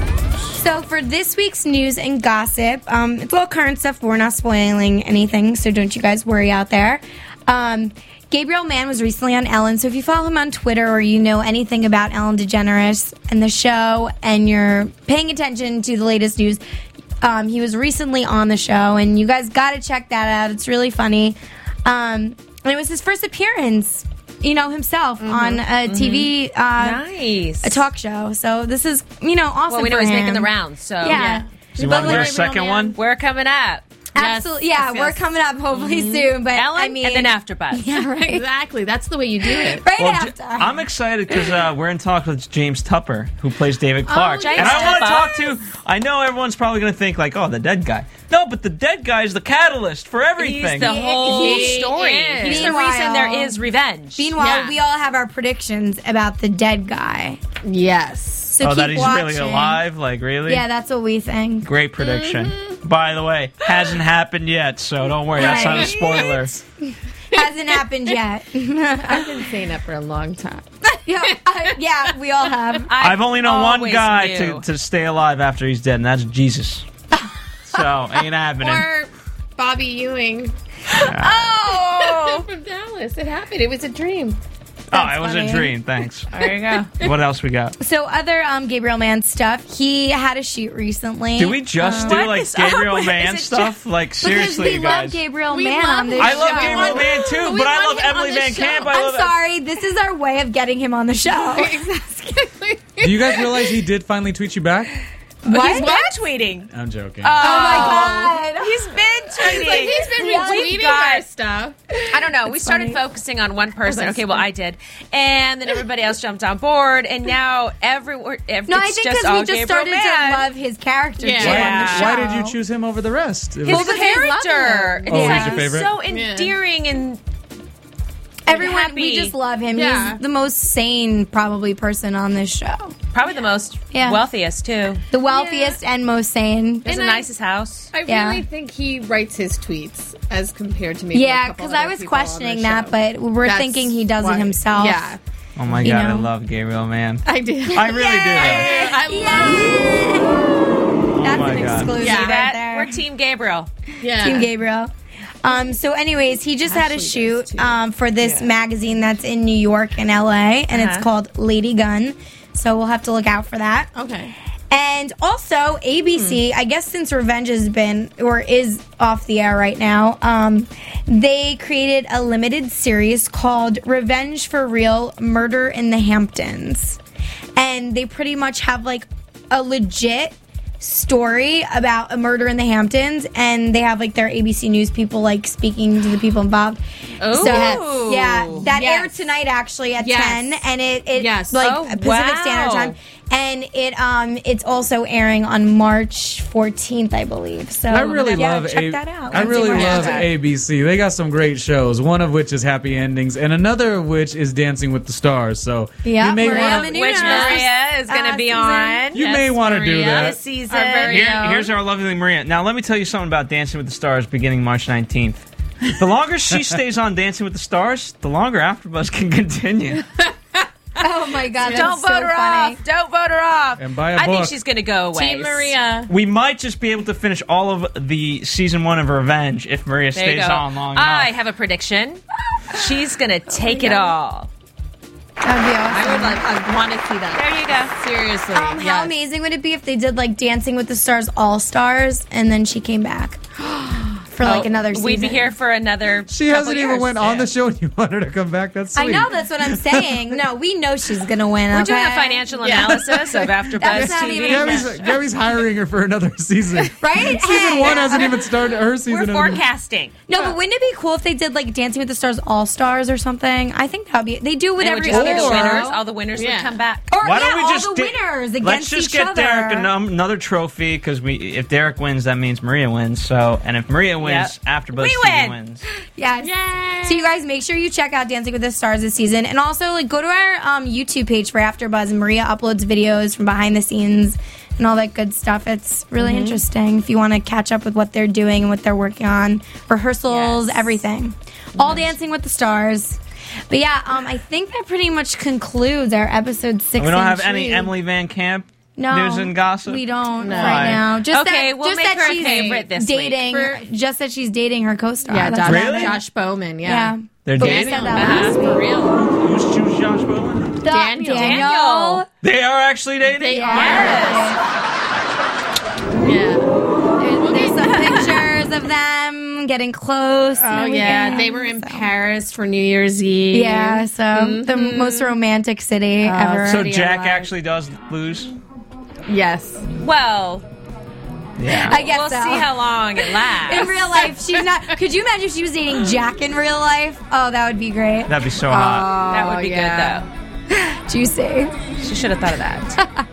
Speaker 2: So for this week's news and gossip, um, it's all current stuff. But we're not spoiling anything, so don't you guys worry out there. Um, Gabriel Mann was recently on Ellen, so if you follow him on Twitter or you know anything about Ellen DeGeneres and the show, and you're paying attention to the latest news, um, he was recently on the show, and you guys got to check that out. It's really funny. Um, and it was his first appearance, you know, himself on a TV uh,
Speaker 4: Nice.
Speaker 2: a talk show. So this is, you know, awesome.
Speaker 4: Well, we know
Speaker 2: for
Speaker 4: he's
Speaker 2: him.
Speaker 4: making the rounds, so
Speaker 2: Yeah.
Speaker 4: yeah.
Speaker 3: you
Speaker 2: But
Speaker 3: want your
Speaker 2: like-
Speaker 3: second one?
Speaker 4: We're coming up.
Speaker 2: Absolutely. Yeah,
Speaker 5: Yes,
Speaker 2: we're
Speaker 5: yes.
Speaker 2: coming up hopefully soon. But
Speaker 4: Mm-hmm. Ellen
Speaker 2: I mean,
Speaker 4: and then after Buzz.
Speaker 2: Yeah, right.
Speaker 5: Exactly. That's the way you do it.
Speaker 2: Right
Speaker 3: Well,
Speaker 2: after.
Speaker 3: J- I'm excited because uh, we're in talk with James Tupper, who plays David Clark,
Speaker 4: James
Speaker 3: and I
Speaker 4: Tupper.
Speaker 3: want to talk to. I know everyone's probably going to think like, "Oh, the dead guy." No, but the dead guy is the catalyst for
Speaker 4: He's
Speaker 3: everything.
Speaker 4: the whole
Speaker 2: He
Speaker 4: story.
Speaker 5: is.
Speaker 4: He's the
Speaker 2: Meanwhile-
Speaker 4: reason there is revenge.
Speaker 2: Meanwhile,
Speaker 5: Yeah.
Speaker 2: we all have our predictions about the dead guy.
Speaker 5: Yes.
Speaker 2: So
Speaker 3: oh,
Speaker 2: keep
Speaker 3: that he's
Speaker 2: watching.
Speaker 3: really alive? Like really?
Speaker 2: Yeah, that's what we think.
Speaker 3: Great prediction. By the way, hasn't happened yet, so don't worry. That's not a
Speaker 2: Right.
Speaker 3: spoiler.
Speaker 2: Hasn't happened yet.
Speaker 5: I've been saying that for a long time.
Speaker 2: yeah, uh, yeah, we all have.
Speaker 3: I've only known one
Speaker 4: always
Speaker 3: guy
Speaker 4: knew.
Speaker 3: to, to stay alive after he's dead, and that's Jesus. so ain't happening.
Speaker 5: Or Bobby Ewing
Speaker 2: Oh,
Speaker 5: from Dallas. It happened. It was a dream.
Speaker 3: Oh, it was
Speaker 2: funny.
Speaker 3: a dream. Thanks.
Speaker 4: there you go.
Speaker 3: what else we got?
Speaker 2: so other um, Gabriel Man stuff. He had a shoot recently.
Speaker 3: Do we just do
Speaker 4: uh, What
Speaker 3: like
Speaker 4: is up
Speaker 3: Gabriel
Speaker 4: with-
Speaker 3: Man
Speaker 4: is it
Speaker 3: stuff? like
Speaker 2: Because
Speaker 3: seriously,
Speaker 2: we
Speaker 3: you
Speaker 2: love
Speaker 3: guys.
Speaker 2: Gabriel
Speaker 5: We
Speaker 2: Man
Speaker 5: love
Speaker 2: on this
Speaker 5: him.
Speaker 3: I love
Speaker 2: show.
Speaker 3: Gabriel Man too,
Speaker 5: But we
Speaker 3: but I love
Speaker 5: want him on
Speaker 3: Emily
Speaker 5: the
Speaker 3: Van
Speaker 5: show.
Speaker 3: Camp. I
Speaker 2: I'm
Speaker 3: love
Speaker 2: sorry. This is our way of getting him on the show.
Speaker 5: Exactly.
Speaker 6: Do you guys realize he did finally tweet you back?
Speaker 2: What?
Speaker 4: He's been tweeting.
Speaker 6: I'm joking.
Speaker 2: Oh my god.
Speaker 4: He's been tweeting.
Speaker 5: Like, he's been
Speaker 4: We've
Speaker 5: retweeting
Speaker 4: got-
Speaker 5: our stuff.
Speaker 4: I don't know. we started
Speaker 2: funny.
Speaker 4: focusing on one person. Okay, well, I did, and then everybody else jumped on board, and now everyone. Every,
Speaker 2: No, I
Speaker 4: it's
Speaker 2: think
Speaker 4: just
Speaker 2: because
Speaker 4: all
Speaker 2: we just
Speaker 4: Gabriel
Speaker 2: started
Speaker 4: Mann.
Speaker 2: to love his character
Speaker 5: Yeah.
Speaker 2: too on the
Speaker 4: Yeah.
Speaker 2: show.
Speaker 6: Why did you choose him over the rest? It
Speaker 4: his
Speaker 6: was-
Speaker 2: Well, because we love
Speaker 4: character.
Speaker 2: him.
Speaker 4: It's
Speaker 6: Oh, he's
Speaker 4: like
Speaker 6: your favorite?
Speaker 4: so
Speaker 5: Yeah.
Speaker 4: endearing and
Speaker 2: Everyone, we
Speaker 4: happy.
Speaker 2: just love him.
Speaker 5: Yeah.
Speaker 2: He's the most sane, probably person on this show.
Speaker 4: probably the most
Speaker 2: Yeah.
Speaker 4: wealthiest too.
Speaker 2: The wealthiest and most sane.
Speaker 4: It's the
Speaker 5: I-
Speaker 4: nicest house.
Speaker 5: I
Speaker 2: Yeah.
Speaker 5: really think he writes his tweets as compared to me.
Speaker 2: Yeah, because I was questioning that, but we're
Speaker 5: That's
Speaker 2: thinking he does
Speaker 5: why-
Speaker 2: it himself.
Speaker 5: Yeah,
Speaker 3: it. Oh my
Speaker 2: You
Speaker 3: god, I
Speaker 2: know.
Speaker 3: love Gabriel Man.
Speaker 5: I did.
Speaker 3: I really do.
Speaker 5: I
Speaker 6: Oh
Speaker 2: That's
Speaker 3: my
Speaker 2: an
Speaker 3: God.
Speaker 2: exclusive
Speaker 5: Yeah.
Speaker 2: right
Speaker 4: That
Speaker 2: there.
Speaker 4: we're Team Gabriel.
Speaker 5: yeah.
Speaker 2: Team Gabriel. Um, so, anyways, he just had a
Speaker 5: Ashley does,
Speaker 2: shoot
Speaker 5: too.
Speaker 2: um, for this magazine that's in New York and LA, and
Speaker 4: Uh-huh.
Speaker 2: it's called Lady Gun. So, we'll have to look out for that.
Speaker 5: Okay.
Speaker 2: And also ABC,
Speaker 5: Hmm.
Speaker 2: I guess since Revenge has been or is off the air right now, um, they created a limited series called Revenge for Real: Murder in the Hamptons, and they pretty much have like a legit story about a murder in the Hamptons, and they have like their ABC News people like speaking to the people involved. Oh,
Speaker 5: Ooh.
Speaker 2: yeah, that
Speaker 5: Yes.
Speaker 2: aired tonight actually at
Speaker 5: Yes.
Speaker 2: ten, and it it
Speaker 5: Yes.
Speaker 2: like
Speaker 5: Oh,
Speaker 2: Pacific Standard
Speaker 4: wow.
Speaker 2: Time. and it um it's also airing on March 14th, I believe. So
Speaker 6: I really
Speaker 2: yeah,
Speaker 6: love
Speaker 2: check
Speaker 6: A-
Speaker 2: that out.
Speaker 6: I really
Speaker 4: Let's see what
Speaker 6: love
Speaker 4: happens.
Speaker 6: ABC. They got some great shows. One of which is Happy Endings, and another of which is Dancing with the Stars. So
Speaker 2: Yeah,
Speaker 6: you may
Speaker 2: Maria
Speaker 6: want
Speaker 2: Menounos.
Speaker 6: to
Speaker 4: Which Maria is going to
Speaker 2: Uh,
Speaker 4: be
Speaker 2: season.
Speaker 4: on
Speaker 6: you may want to do
Speaker 5: Maria.
Speaker 6: that.
Speaker 4: this season.
Speaker 5: Our very
Speaker 3: Here,
Speaker 5: Yeah.
Speaker 3: here's our lovely Maria. Now, let me tell you something about Dancing with the Stars beginning March 19th. The longer she stays on Dancing with the Stars, the longer AfterBuzz can continue.
Speaker 2: Oh my god,
Speaker 4: Don't
Speaker 2: that's
Speaker 4: vote
Speaker 2: so
Speaker 4: her
Speaker 2: funny.
Speaker 4: off. Don't vote her off.
Speaker 6: And buy a
Speaker 4: I think
Speaker 6: book.
Speaker 4: she's going to go away.
Speaker 5: Team Maria.
Speaker 3: We might just be able to finish all of the season one of Revenge if Maria
Speaker 4: There you
Speaker 3: stays
Speaker 4: go.
Speaker 3: on long enough.
Speaker 4: I have a prediction. She's going to take it all.
Speaker 2: That'd be awesome.
Speaker 5: I would like. I want to see that.
Speaker 4: There you go.
Speaker 5: Seriously.
Speaker 2: Um, how
Speaker 5: yes.
Speaker 2: amazing would it be if they did like Dancing with the Stars All Stars and then she came back for like
Speaker 4: Oh,
Speaker 2: another season?
Speaker 4: We'd be here for another.
Speaker 6: She
Speaker 4: couple
Speaker 6: hasn't even
Speaker 4: years.
Speaker 6: went on the show, and you want her to come back. That's
Speaker 2: I
Speaker 6: sweet.
Speaker 2: know that's what I'm saying. No, we know she's gonna win.
Speaker 4: We're doing a
Speaker 2: okay?
Speaker 4: financial analysis of AfterBuzz
Speaker 2: That's not
Speaker 4: TV.
Speaker 2: even-
Speaker 6: Gary's, Gary's hiring her for another season.
Speaker 2: right?
Speaker 6: Season
Speaker 2: Hey.
Speaker 6: one hasn't even started. Her
Speaker 4: We're
Speaker 6: season. hasn't-
Speaker 4: forecasting.
Speaker 2: No, but wouldn't it be cool if they did like Dancing with the Stars All Stars or something? I think that'd be. They do
Speaker 4: It
Speaker 2: whatever.
Speaker 4: would just be the
Speaker 2: or,
Speaker 4: winners. All the winners
Speaker 5: Yeah.
Speaker 4: would come back.
Speaker 2: or,
Speaker 3: Why
Speaker 2: yeah,
Speaker 3: don't we
Speaker 2: all
Speaker 3: just
Speaker 2: the
Speaker 3: di-
Speaker 2: winners against
Speaker 3: Let's just
Speaker 2: each
Speaker 3: get
Speaker 2: other.
Speaker 3: Derek an- um, another trophy because we if Derek wins, that means Maria wins. So and if Maria wins, after AfterBuzz
Speaker 4: We
Speaker 3: TV
Speaker 4: win.
Speaker 3: wins.
Speaker 2: Yes. So you guys make sure you check out Dancing with the Stars this season, and also like go to our um, YouTube page for AfterBuzz. And Maria uploads videos from behind the scenes and all that good stuff. It's really
Speaker 4: Mm-hmm.
Speaker 2: interesting if you want to catch up with what they're doing and what they're working on, rehearsals,
Speaker 4: Yes.
Speaker 2: everything. All Dancing with the Stars. But yeah, um, I think that pretty much concludes our episode six.
Speaker 3: We don't have
Speaker 2: and
Speaker 3: any
Speaker 2: three.
Speaker 3: Emily Van Camp
Speaker 2: No,
Speaker 3: news and gossip.
Speaker 2: We don't
Speaker 3: Why?
Speaker 2: right now. Just
Speaker 4: Okay,
Speaker 2: that,
Speaker 4: we'll
Speaker 2: just
Speaker 4: make
Speaker 2: that
Speaker 4: her a
Speaker 2: she's
Speaker 4: favorite this week.
Speaker 2: dating.
Speaker 5: For-
Speaker 2: Just that she's dating her co-star.
Speaker 5: Yeah,
Speaker 2: That's
Speaker 5: Josh,
Speaker 2: all.
Speaker 3: Really?
Speaker 5: Josh Bowman. Yeah.
Speaker 2: Yeah.
Speaker 3: They're
Speaker 2: But we
Speaker 3: dating?
Speaker 2: said
Speaker 4: Uh-huh.
Speaker 2: that last
Speaker 5: for
Speaker 2: week.
Speaker 5: real.
Speaker 3: Who's who's Josh Brolin?
Speaker 2: Da-
Speaker 5: Daniel.
Speaker 2: Daniel.
Speaker 3: They are actually dating.
Speaker 5: They
Speaker 2: Yes.
Speaker 5: Yeah.
Speaker 2: There- There's some pictures of them getting close.
Speaker 5: Oh yeah, they were in Paris for New Year's Eve.
Speaker 2: Yeah, so the most romantic city ever.
Speaker 3: Oh, so
Speaker 5: Pretty
Speaker 3: Jack
Speaker 5: alive.
Speaker 3: actually does lose.
Speaker 5: Yes.
Speaker 4: Well,
Speaker 3: Yeah.
Speaker 2: I guess
Speaker 4: we'll
Speaker 2: so.
Speaker 4: see how long it
Speaker 2: in
Speaker 4: lasts.
Speaker 2: real life, she's not. Could you imagine if she was dating Jack in real life? Oh, that would be great.
Speaker 3: That'd be so hot.
Speaker 4: that would be
Speaker 5: yeah.
Speaker 4: good
Speaker 2: Juicy.
Speaker 4: though. She should have thought of that.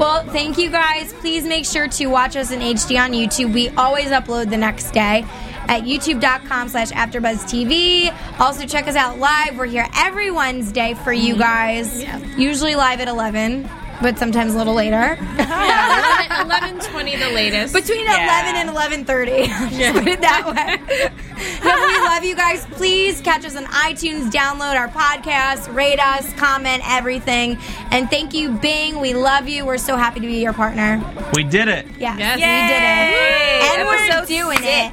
Speaker 2: Well, thank you guys. Please make sure to watch us in HD on YouTube. We always upload the next day at youtube.com slash afterbuzztv. Also, check us out live. We're here every Wednesday for you guys.
Speaker 5: Yeah.
Speaker 2: Usually live at 11, but sometimes a little later.
Speaker 5: Yeah, 11, 20 the latest.
Speaker 2: Between
Speaker 4: Yeah.
Speaker 2: 11 and 11.30. Just put it that way. No, we love you guys. Please catch us on iTunes, download our podcast, rate us, comment, everything. And thank you, Bing. We love you. We're so happy to be your partner.
Speaker 3: We did it.
Speaker 2: Yes,
Speaker 5: Yes.
Speaker 2: we
Speaker 4: Yay!
Speaker 2: did it. And
Speaker 4: Episode
Speaker 2: we're doing it.